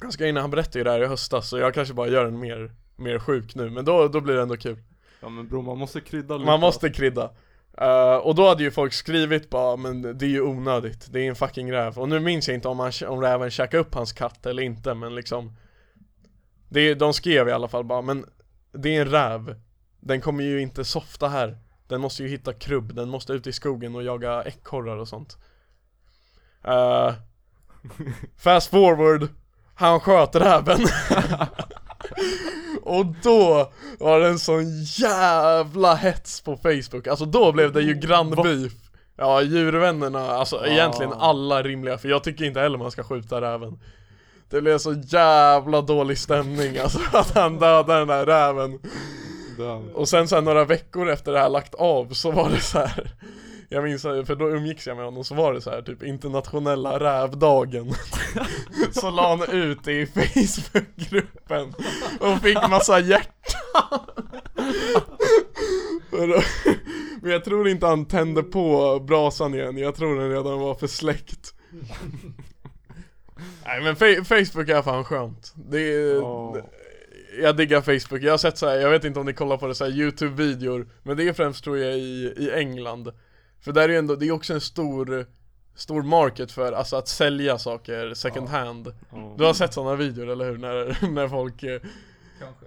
Jag ska innan han berättade ju det här i höstas så jag kanske bara gör den mer, mer sjuk nu men då, då blir det ändå kul Ja men bror man måste krydda lite. man måste krydda Eh, Och då hade ju folk skrivit bara men det är ju onödigt, det är en fucking räv Och nu minns jag inte om, han, om räven käkade upp hans katt eller inte men liksom det, är- De skrev i alla fall bara men det är en räv Den kommer ju inte softa här Den måste ju hitta krubb, den måste ut i skogen och jaga ekorrar och sånt Eh, Fast forward Han sköt räven Och då var det en sån jävla hets på Facebook Alltså då blev det ju grannbeef Ja, djurvännerna, alltså egentligen alla rimliga För jag tycker inte heller man ska skjuta räven Det blev så jävla dålig stämning alltså att han dödade den där räven Damn. och sen så här, några veckor efter det här lagt av så var det så här. Jag minns, så här, för då umgicks jag med honom, så var det så här typ internationella rävdagen Så la han ut det i Facebookgruppen och fick massa hjärtan Och då- Men jag tror inte han tände på brasan igen, jag tror den redan var för släckt Nej men fe- Facebook är fan skönt, det är, Ja. jag diggar Facebook, jag har sett så här, jag vet inte om ni kollar på det så här YouTube-videor Men det är främst tror jag i, i England För där är ju ändå, det är också en stor, stor market för alltså att sälja saker second hand Ja. Du har sett sådana videor eller hur? När, när folk eh, Kanske.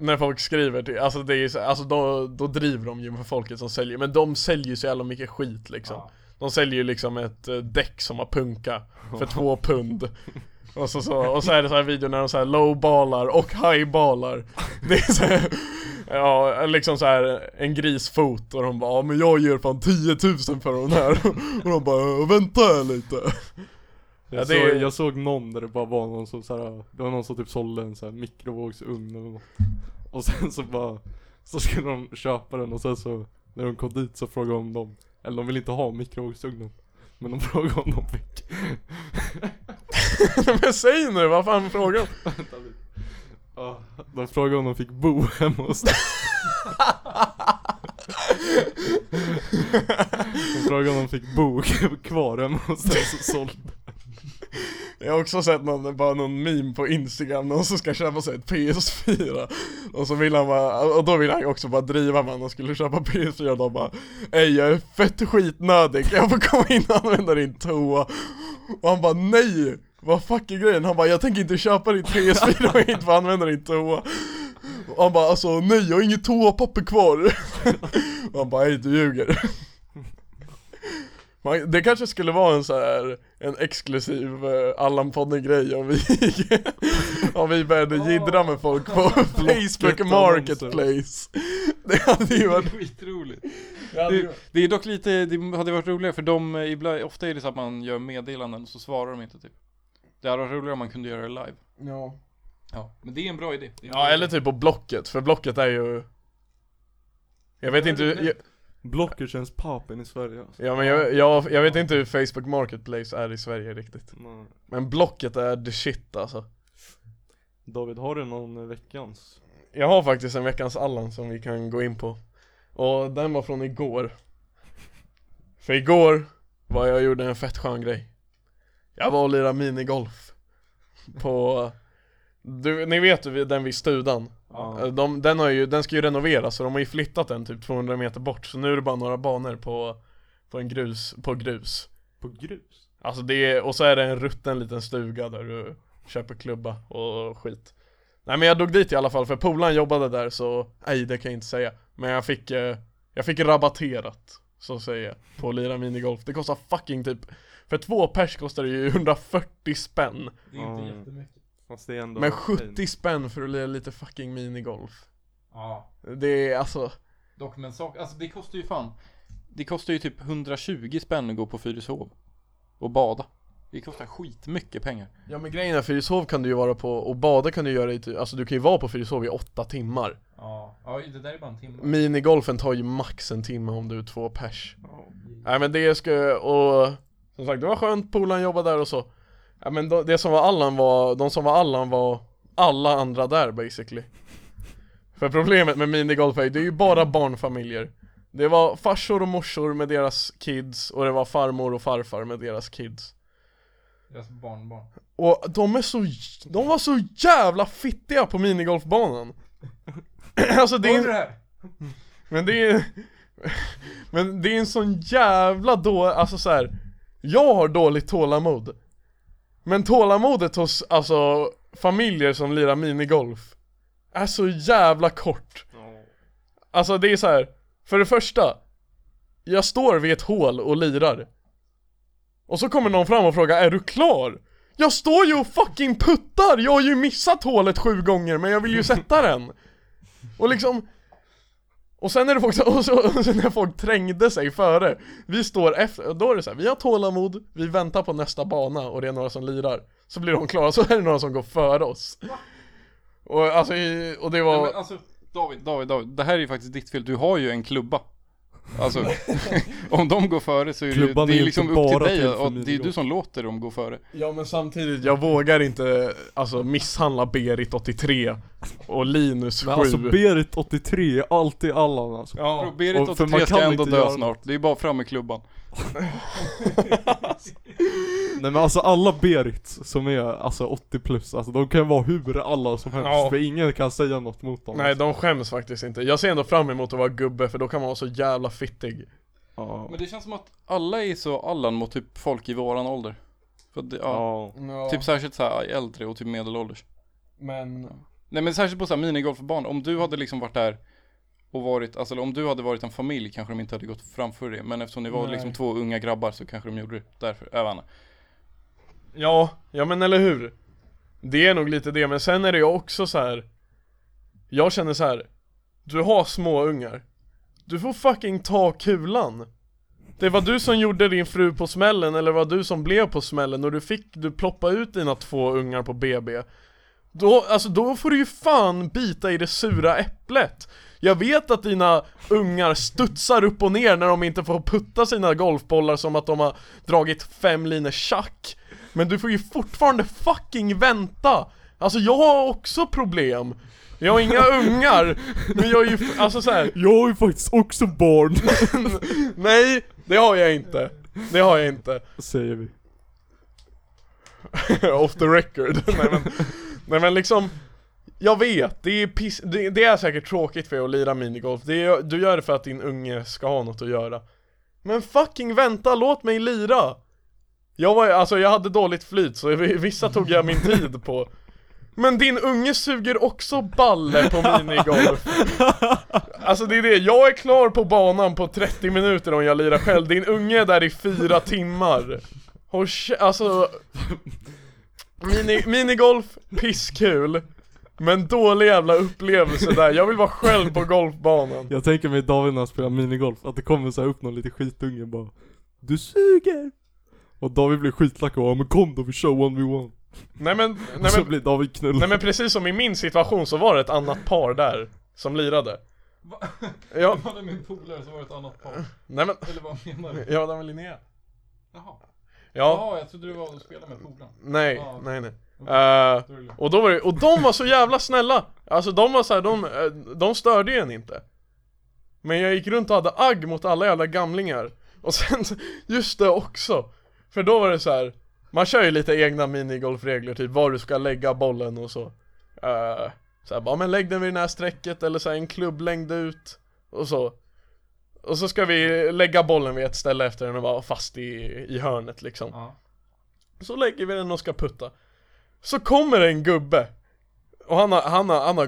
när folk skriver till, alltså det är ju så, alltså då, då driver de ju med folket som säljer, men de säljer ju så jävla mycket skit liksom Ja. De säljer ju liksom ett eh, däck som har punka för två pund och så, så, och så är det så här videor när de så här lowballar och highballar Det är så här, ja liksom så här en grisfot och de bara "Ja, men jag ger fan 10 000 för den här” Och de bara "Äh, “Vänta här lite” Jag, Ja, det såg, är- jag såg någon där det bara var någon som såhär, det var någon som typ sålde en såhär mikrovågsugn eller något. Och sen så bara, så skulle de köpa den och sen så, när de kom dit så frågade de om dem, eller de ville inte ha mikrovågsugnen. Men de frågade om de fick. Men säg nu, vad fan frågar de? Ja, de frågade om de fick bo hemma hos dem. De frågade om de fick bo kvar hemma hos den som sålde. Jag har också sett någon, bara någon meme på instagram, någon som ska köpa sig ett PS4 Och så vill han bara, och då vill han också bara driva med att han skulle köpa PS4 och de bara Ej jag är fett skitnödig, kan jag får komma in och använda din toa? Och han bara nej! Vad fuck är grejen? Han bara jag tänker inte köpa ditt PS4 och inte få använda din toa och han bara alltså nej jag har inget toapapper kvar Och han bara nej du ljuger Man, Det kanske skulle vara en så här En exklusiv eh, allan podden grej om vi Om vi började jiddra med folk på Facebook Marketplace Det hade ju Det är varit skitroligt. Jag hade ju- Det är dock lite, det hade varit roligare för de, eh, ibland, ofta är det så att man gör meddelanden och så svarar de inte typ. Det hade varit roligare om man kunde göra det live. Ja. Ja, men det är en bra idé. Det är en Ja bra eller idé. typ på Blocket, för Blocket är ju Jag vet inte hur- jag, Blocker känns papen i Sverige alltså. ja, men jag, jag, jag vet inte hur Facebook Marketplace är i Sverige riktigt Nej. Men Blocket är the shit alltså David, har du någon eh, veckans? Jag har faktiskt en veckans Allan som vi kan gå in på Och den var från igår För igår var jag och gjorde en fett skön grej Jag var och lirade minigolf På du, Ni vet ju den vid studan Ja. Eh, de, den, har ju, den ska ju renoveras så de har ju flyttat den typ 200 meter bort Så nu är det bara några banor på, på en grus, på grus På grus? Alltså det är, och så är det en rutten liten stuga där du köper klubba och skit Nej men jag drog dit i alla fall för polaren jobbade där så, nej det kan jag inte säga Men jag fick, eh, jag fick rabatterat Så säger jag, på att lira minigolf Det kostar fucking typ För två pers kostar det ju 140 spänn Det är inte Ja. jättemycket. Fast det är ändå Men fint. 70 spänn för att lira lite fucking minigolf Ja, Det är alltså dock men sak, alltså det kostar ju fan. Det kostar ju typ 120 spänn att gå på Fyrishov. Och bada. Det kostar skitmycket pengar. Ja men grejen är Fyrishov kan du ju vara på och bada kan du göra i typ, alltså du kan ju vara på Fyrishov i åtta timmar Ja, ja det där är bara en timme. Minigolfen tar ju max en timme om du är två pers Nej men det ska, och som sagt det var skönt, polaren jobbade där och så Ja men då, det som var Allan var, de som var Allan var alla andra där basically För problemet med minigolf är ju, det är ju bara barnfamiljer Det var farsor och morsor med deras kids och det var farmor och farfar med deras kids Deras alltså, barnbarn. och de är så, de var så jävla fittiga på minigolfbanan Alltså det är, här? men det är Men det är en sån jävla då, alltså så här. Jag har dåligt tålamod Men tålamodet hos, alltså familjer som lirar minigolf Är så jävla kort Alltså det är så här. för det första Jag står vid ett hål och lirar Och så kommer någon fram och frågar 'Är du klar?' Jag står ju och fucking puttar! Jag har ju missat hålet sju gånger men jag vill ju sätta den! Och liksom Och sen är det folk så, och så, och så när folk trängde sig före Vi står efter, och då är det så här, vi har tålamod, vi väntar på nästa bana och det är några som lirar Så blir de klara, så är det några som går före oss Och alltså, i- och det var Ja, men alltså, David, David, David, det här är ju faktiskt ditt fel. Du har ju en klubba. Alltså, om de går före så är det ju, Klubban det är är ju liksom inte upp till bara till dig för och det är ju minigolf. du som låter dem gå före. Ja men samtidigt, jag vågar inte alltså misshandla Berit 83 och Linus 7 Men alltså Berit 83, alltid Allan alltså. Ja, Berit och för man 83 ska kan ändå inte dö göra snart. Det är bara fram med klubban. Nej men alltså alla Berits som är alltså 80 plus, alltså de kan vara hur alla som helst. Ja. För ingen kan säga något mot dem. Nej de skäms faktiskt inte, jag ser ändå fram emot att vara gubbe för då kan man vara så jävla fittig Ja. Men det känns som att alla är så Allan mot typ folk i våran ålder. För att det, ja, Ja. Ja, Typ särskilt så här äldre och typ medelålders. men... Nej men särskilt på så här minigolfbarn. Om du hade liksom varit där och varit, alltså om du hade varit en familj kanske de inte hade gått framför dig. Men eftersom ni var Nej. liksom två unga grabbar så kanske de gjorde det. Därför, jag vet inte. Ja, ja men eller hur? Det är nog lite det, men sen är det ju också så här. Jag känner så här. Du har små ungar Du får fucking ta kulan Det var du som gjorde din fru på smällen, eller var du som blev på smällen och du fick, du ploppa ut dina två ungar på BB Då, alltså då får du ju fan bita i det sura äpplet Jag vet att dina ungar studsar upp och ner när de inte får putta sina golfbollar som att de har dragit fem linor schack Men du får ju fortfarande fucking vänta! Alltså jag har också problem jag har inga ungar, men jag är ju, f- alltså så här, Jag har ju faktiskt också barn, Nej, det har jag inte. Det har jag inte. säger vi. Off the record. nej, men, nej men liksom, jag vet, det är, piss, det, det är säkert tråkigt för er att lira minigolf. Det är, du gör det för att din unge ska ha något att göra. Men fucking vänta, låt mig lira! Jag var alltså jag hade dåligt flyt så vi- vissa tog jag min tid på. Men din unge suger också balle på minigolf. Alltså det är det, jag är klar på banan på 30 minuter om jag lirar själv, din unge är där i fyra timmar. Håll kä- alltså... Mini, minigolf, pisskul. Men dålig jävla upplevelse där, jag vill vara själv på golfbanan. Jag tänker mig David när han spelar minigolf, att det kommer så här upp någon liten skitunge bara Du suger! Och David blir skitlack och bara, men kom då vi kör 1v1 Nej men, nej Och så men, blir David knullad nej men precis som i min situation så var det ett annat par där, som lirade. Ja, Var det min polare som var ett annat par? nej men, Eller vad menar du? ja det var Linnea. Jaha. Ja, Jaha, jag trodde du var och spelade med polaren. nej, Ja. nej nej. Eh, Då är det lugnt. Och då var det, och de var så jävla snälla! Alltså de var så här, de, eh, de störde ju en inte Men jag gick runt och hade agg mot alla jävla gamlingar Och sen, just det också! För då var det så här. man kör ju lite egna minigolfregler typ var du ska lägga bollen och så uh, Så här, bara men lägg den vid det här strecket eller så här, en klubblängd ut och så Och så ska vi lägga bollen vid ett ställe efter den och vara fast i, i hörnet liksom Ja. så lägger vi den och ska putta Så kommer en gubbe Och han har, han har, han har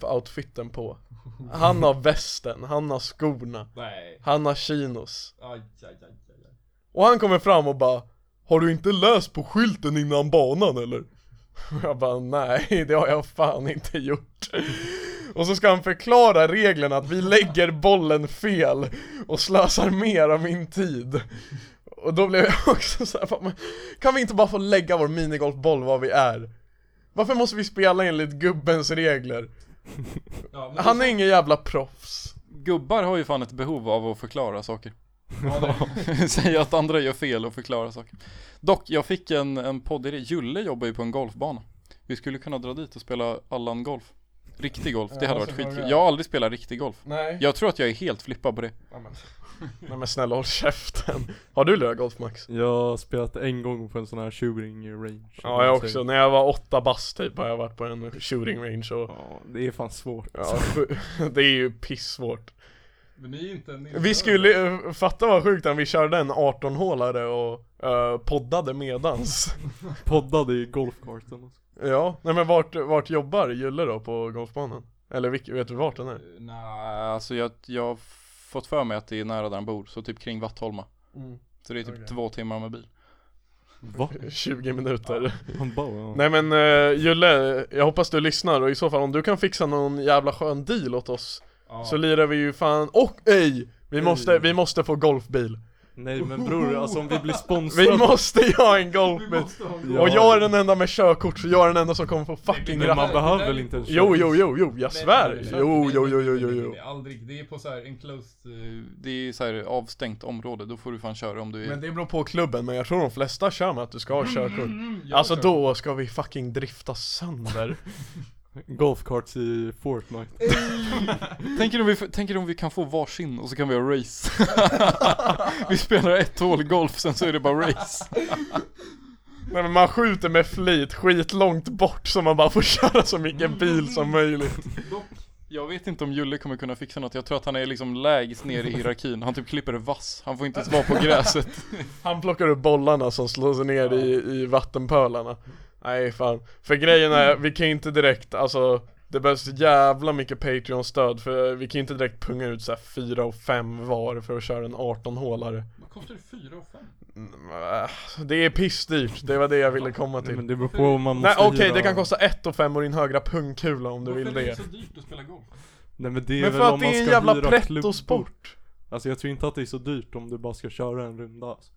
golfoutfiten på Han har västen, han har skorna Nej. Han har chinos Aj, aj, aj, aj, aj. Och han kommer fram och bara Har du inte läst på skylten innan banan eller? Och jag bara nej, det har jag fan inte gjort Och så ska han förklara reglerna att vi lägger bollen fel Och slösar mer av min tid Och då blev jag också så här, "Fan, men Kan vi inte bara få lägga vår minigolfboll var vi är? Varför måste vi spela enligt gubbens regler? Ja, men Han är ingen jävla proffs Gubbar har ju fan ett behov av att förklara saker. Säga att andra gör fel och förklara saker. Dock, jag fick en, en poddidé. Julle jobbar ju på en golfbana. Vi skulle kunna dra dit och spela Allan Golf. Riktig golf, det Ja, hade så bra varit skitkul. grej. Jag har aldrig spelat riktig golf. Nej Jag tror att jag är helt flippad på det. Nej men snälla håll käften Har du lirat golf Max? Jag har spelat en gång på en sån här shooting range Ja jag också, när jag var åtta bast typ har jag varit på en shooting range och Ja, det är fan svårt ja, Det är ju pissvårt Men ni är inte en Vi skulle, eh, fatta vad sjukt att vi körde en 18-hålare och eh, poddade medans Poddade i golfkarten och så. Ja, nej men vart, vart jobbar Julle då på golfbanan? Eller vilk, vet du vart den är? Nej, alltså jag, jag har fått för mig att det är nära där han bor. Så typ kring Vattholma. Mm. Så det är typ Okej. två timmar med bil. Va? 20 minuter Han bara ja. Nej men eh, Julle, jag hoppas du lyssnar och i så fall om du kan fixa någon jävla skön deal åt oss Så lirar vi ju fan, och ej! Vi måste, vi måste få golfbil Nej men bror, alltså om vi blir sponsrade Vi måste ju ha en golfbil! Ja, Och jag är den enda med körkort, så jag är den enda som kommer få fucking Men man ratta behöver väl inte en Jo, jo, jo, jo, jag svär! Jo, jo, jo, jo, jo, jo Aldrig, det är på så här enclosed, eh, det är så här avstängt område, då får du fan köra om du är... Men det beror på klubben, men jag tror de flesta kör med att du ska ha körkort Alltså då ska vi fucking drifta sönder Golfkarts i Fortnite Tänker om, vi, tänker om vi kan få varsin och så kan vi ha race. vi spelar ett hål golf, sen så är det bara race. Nej men man skjuter med flit skitlångt bort så man bara får köra så mycket bil som möjligt Jag vet inte om Julle kommer kunna fixa något, jag tror att han är liksom lägst ner i hierarkin. Han typ klipper vass, han får inte ens vara på gräset. Han plockar upp bollarna som slås ner i, i vattenpölarna Nej fan, för grejen är, vi kan ju inte direkt, alltså Det behövs jävla mycket Patreon-stöd för vi kan ju inte direkt punga ut så här 4 och 5 var för att köra en 18-hålare Vad kostar det? 4 och 5? Mm, äh, Det är pissdyrt, det var det jag ville komma Nej men till det beror på om man Nej måste okej, hyra- det kan kosta 1 och 5 och din högra pungkula om du vill det så dyrt att spela golf? Nej men det är Men väl för om att det man är en ska jävla hyra klubbor. prettosport Alltså jag tror inte att det är så dyrt om du bara ska köra en runda alltså.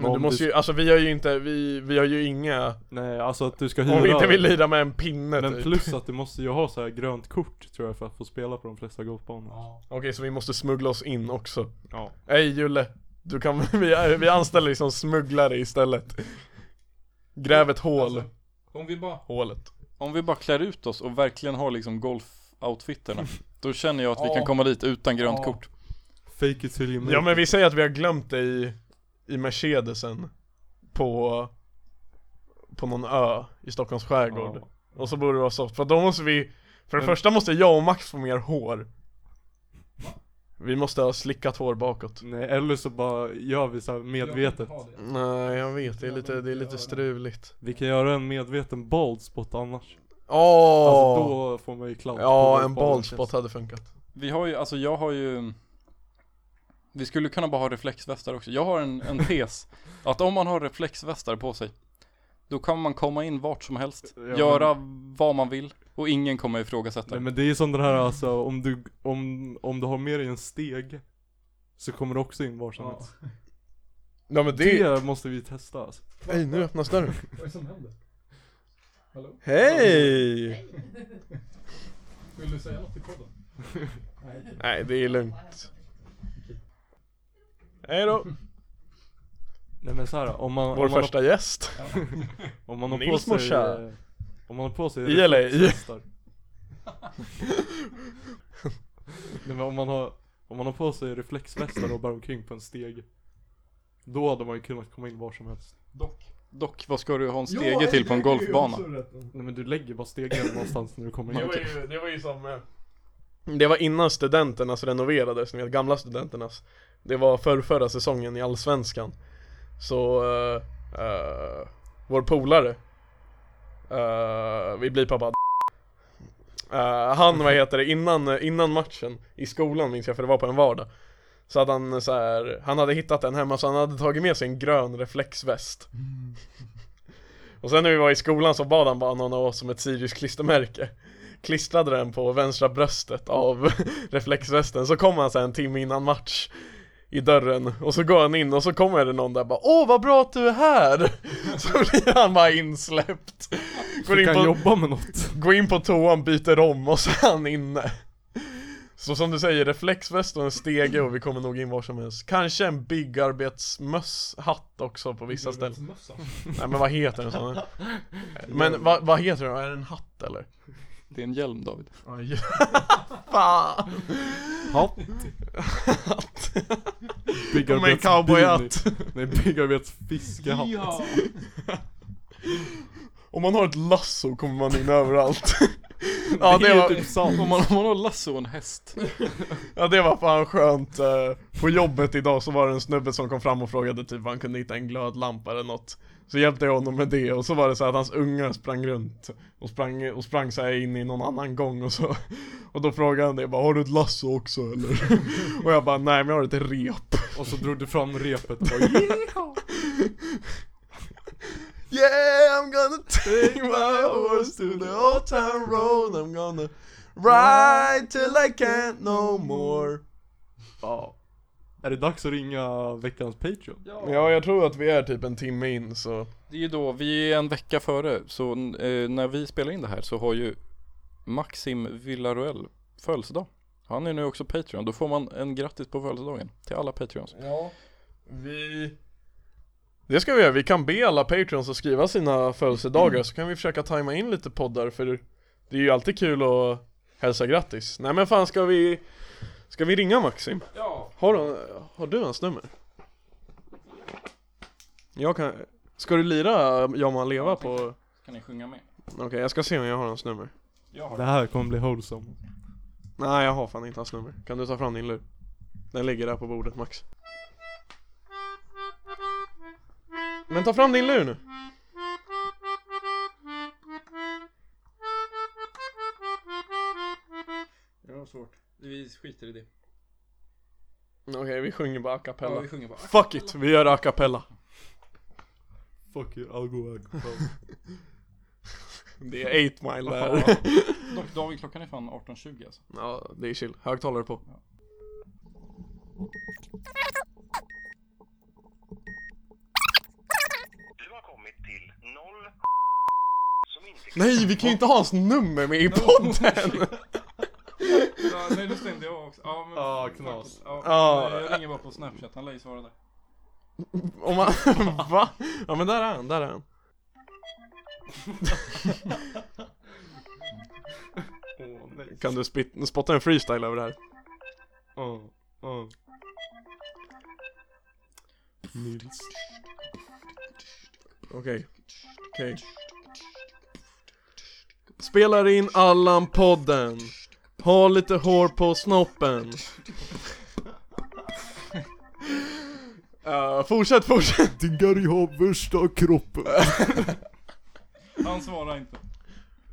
Men du måste ju, alltså vi har ju inte, vi, vi har ju inga Nej alltså att du ska hyra Om vi inte vill lira med en pinne Men typ plus att du måste ju ha så här grönt kort tror jag för att få spela på de flesta golfbanor Okej så vi måste smuggla oss in också Ja. Ey Julle, du kan, vi, vi anställer dig som smugglare istället Gräv ett hål, Alltså, om, vi bara, hålet om vi bara klär ut oss och verkligen har liksom golfoutfitterna Då känner jag att vi Ja. kan komma dit utan grönt Ja. kort Fake it till you make Ja men vi säger att vi har glömt dig i, i Mercedesen på, på någon ö i Stockholms skärgård Ja. Och så borde det vara soft, för då måste vi För det Men- första måste jag och Max få mer hår Vi måste ha slickat hår bakåt Nej eller så bara gör vi så här medvetet Jag vill inte ha det. Nej jag vet, det är lite, det är lite struligt Vi kan göra en medveten bald spot annars Åh! Alltså då får man ju clout ja på en golfbanan, bald spot känns hade funkat Vi har ju, alltså jag har ju Vi skulle kunna bara ha reflexvästar också Jag har en, en tes Att om man har reflexvästar på sig Då kan man komma in vart som helst Ja, men- Göra vad man vill Och ingen kommer det. ifrågasätta Nej men det är som den här alltså om du, om, om du har med dig en steg Så kommer du också in var som Ja. helst Ja men det... det, måste vi testa alltså. hej nu öppnas dörren Vad är det som händer? Hallå? Hej! Vill du säga något i podden? Nej. Nej det är lugnt Hej då, Nej men så här, om man, vår om man, första gäst har, om man har Nils på sig morsa. eh, Om man har på sig I LA. reflexvästar. Nej men om man har Om man har på sig reflexvästar och bär omkring på en steg Då hade man ju kunnat komma in var som helst Dock. Dock, vad ska du ha en Jo, stege till på en det är ju golfbana? också rätt. Nej men du lägger bara stegen någonstans när du kommer in Det var ju, det var ju som eh, Det var innan studenternas renoverades, ni vet gamla studenternas Det var för förra säsongen i Allsvenskan Så eh, eh, Vår polare eh, Vi blir pappa Eh, Han, vad heter det, innan, innan matchen I skolan minns jag för det var på en vardag Så hade han så här, han hade hittat en hemma så han hade tagit med sig en grön reflexväst Och sen när vi var i skolan så bad han bara någon av oss om ett Sirius klistermärke klistrade den på vänstra bröstet av reflexvästen så kom han sen en timme innan match i dörren och så går han in och så kommer det någon där bara Åh vad bra att du är här! Så blir han bara insläppt Går Du in kan på, jobba med något går in på toan, byter om och så är han inne Så som du säger, reflexväst och en stege och vi kommer nog in var som helst Kanske en byggarbetsmösshatt också på vissa ställen Mössa. Nej men vad heter den sån? Men vad, vad heter den? Är det en hatt eller? Det är en hjälm David. Aj. Fan! Hatt Kom med en Byggarbets cowboyhatt! beanie. Nej byggarbets fiskehatt Om man har ett lasso kommer man in överallt Ja Ja det var, typ sant Om man, om man har lasso och en häst. ja, det var fan skönt eh, På jobbet idag så var det en snubbe som kom fram och frågade typ om han kunde hitta en glödlampa eller något Så hjälpte jag honom med det och så var det så här att hans unga sprang runt Och sprang, och sprang så här in i någon annan gång och så Och då frågade han det bara har du ett lasso också eller? Och jag bara nej men jag har ett rep Och så drog du fram repet och bara, Yeah, I'm gonna take my horse to the old town road. I'm gonna ride till I can't no more. Ja. Är det dags att ringa veckans Patreon? Ja, jag tror att vi är typ en timme in så. Det är ju då, vi är en vecka före, så eh, när vi spelar in det här så har ju Maxim Villaruel födelsedag. Han är nu också Patreon, då får man en grattis på födelsedagen till alla Patreons. Ja, vi... Det ska vi göra, vi kan be alla patreons att skriva sina födelsedagar så kan vi försöka tajma in lite poddar för det är ju alltid kul att hälsa grattis. Nej men fan ska vi... Ska vi ringa Maxim? Ja. Har, hon, har du hans nummer? Jag kan... Ska du lira Jag man leva på... Kan ni sjunga med? Okej, jag ska se om jag har hans nummer. Jag Det här kommer bli wholesome. Nej, jag har fan inte hans nummer. Kan du ta fram din lur? Den ligger där på bordet, Max. Men ta fram din lur nu! Jag har svårt. Vi skiter i det. Okej, vi sjunger bara a cappella. sjunger bara. Fuck it, vi gör a cappella. Fuck you, I'll go back. Det är 8 mile där. Dock David, klockan är fan 18.20 alltså. Ja, det är chill. Högtalare på. Du har kommit till noll som inte Nej, vi kan ju inte ha hans nummer med i podden! Ja, nej, nu stängde jag också. Ja, men, Ja, knas. Ja, Ja. nej, Jag ringer bara på Snapchat, han lär ju svara där. Om man, va? Ja men där är han, där är han. Åh nej. Kan du spit- spotta en freestyle över det här? Ja, ja. Nils. Okej. Okej. Spelar in Allan-podden. Ha lite hår på snoppen. Eh, fortsätt, fortsätt! Gary har värsta kroppen. Han svarar inte.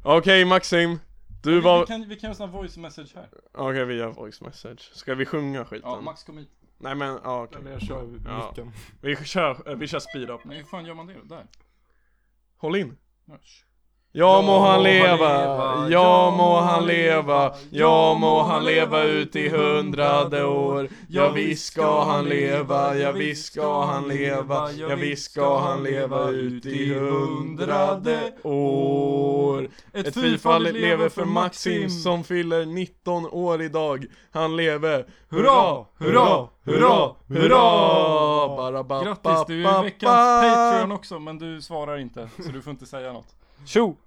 Okej Maxim, du var... Vi Okej kan, vi kan göra sån här voice message här. vi gör voice message. Ska vi sjunga skiten? Ja, Max kom hit. Nej men, ja okej. Eller jag kör micken. Vi kör, eh, vi kör speed up. Men hur fan gör man det då? Där. Håll in. Ja. Ja må han leva, ja må han leva, ja må han leva ut i hundrade år. Ja visst ska han leva, ja visst ska han leva, ja visst ska han leva ut i hundrade år. Ett fyrfaldigt lever för Maxim som fyller 19 år idag. Han leve, hurra, hurra, hurra, hurra! Barababa, Grattis, du är veckans Patreon också men du svarar inte så du får inte säga något. Tjo!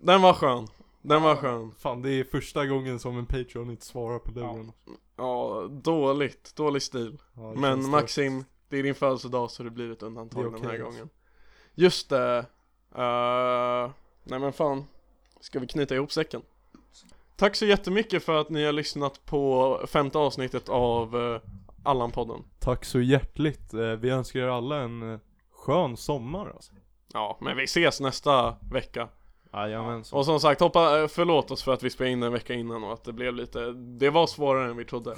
Den var skön, den var skön. Fan det är första gången som en Patreon inte svarar på luren. Ja, dåligt. Dålig stil. Ja, det känns Men det. Maxim, det är din födelsedag så det alltså. blir ett undantag Det är okej den här också. gången. Just det. Eh, nej men fan. Ska vi knyta ihop säcken? Tack så jättemycket för att ni har lyssnat på femte avsnittet av eh, Allan-podden. Tack så hjärtligt. Eh, Vi önskar er alla en eh, skön sommar alltså. Ja, men vi ses nästa vecka. Jajamensan. Och som sagt, hoppa, eh, förlåt oss för att vi spelade in en vecka innan och att det blev lite, det var svårare än vi trodde.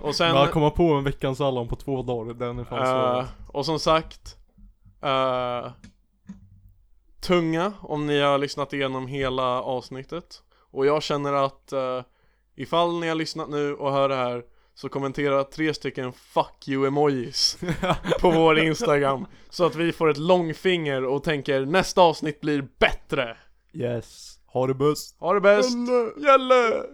och sen... Men att komma på en veckans Allan på två dagar, den är fan svår. Eh, och som sagt eh, Tunga om ni har lyssnat igenom hela avsnittet Och jag känner att eh, Ifall ni har lyssnat nu och hör det här Så kommentera tre stycken 'fuck you emojis' På vår instagram Så att vi får ett långfinger och tänker nästa avsnitt blir bättre Yes. Ha det bäst. Ha det bäst! Gälle!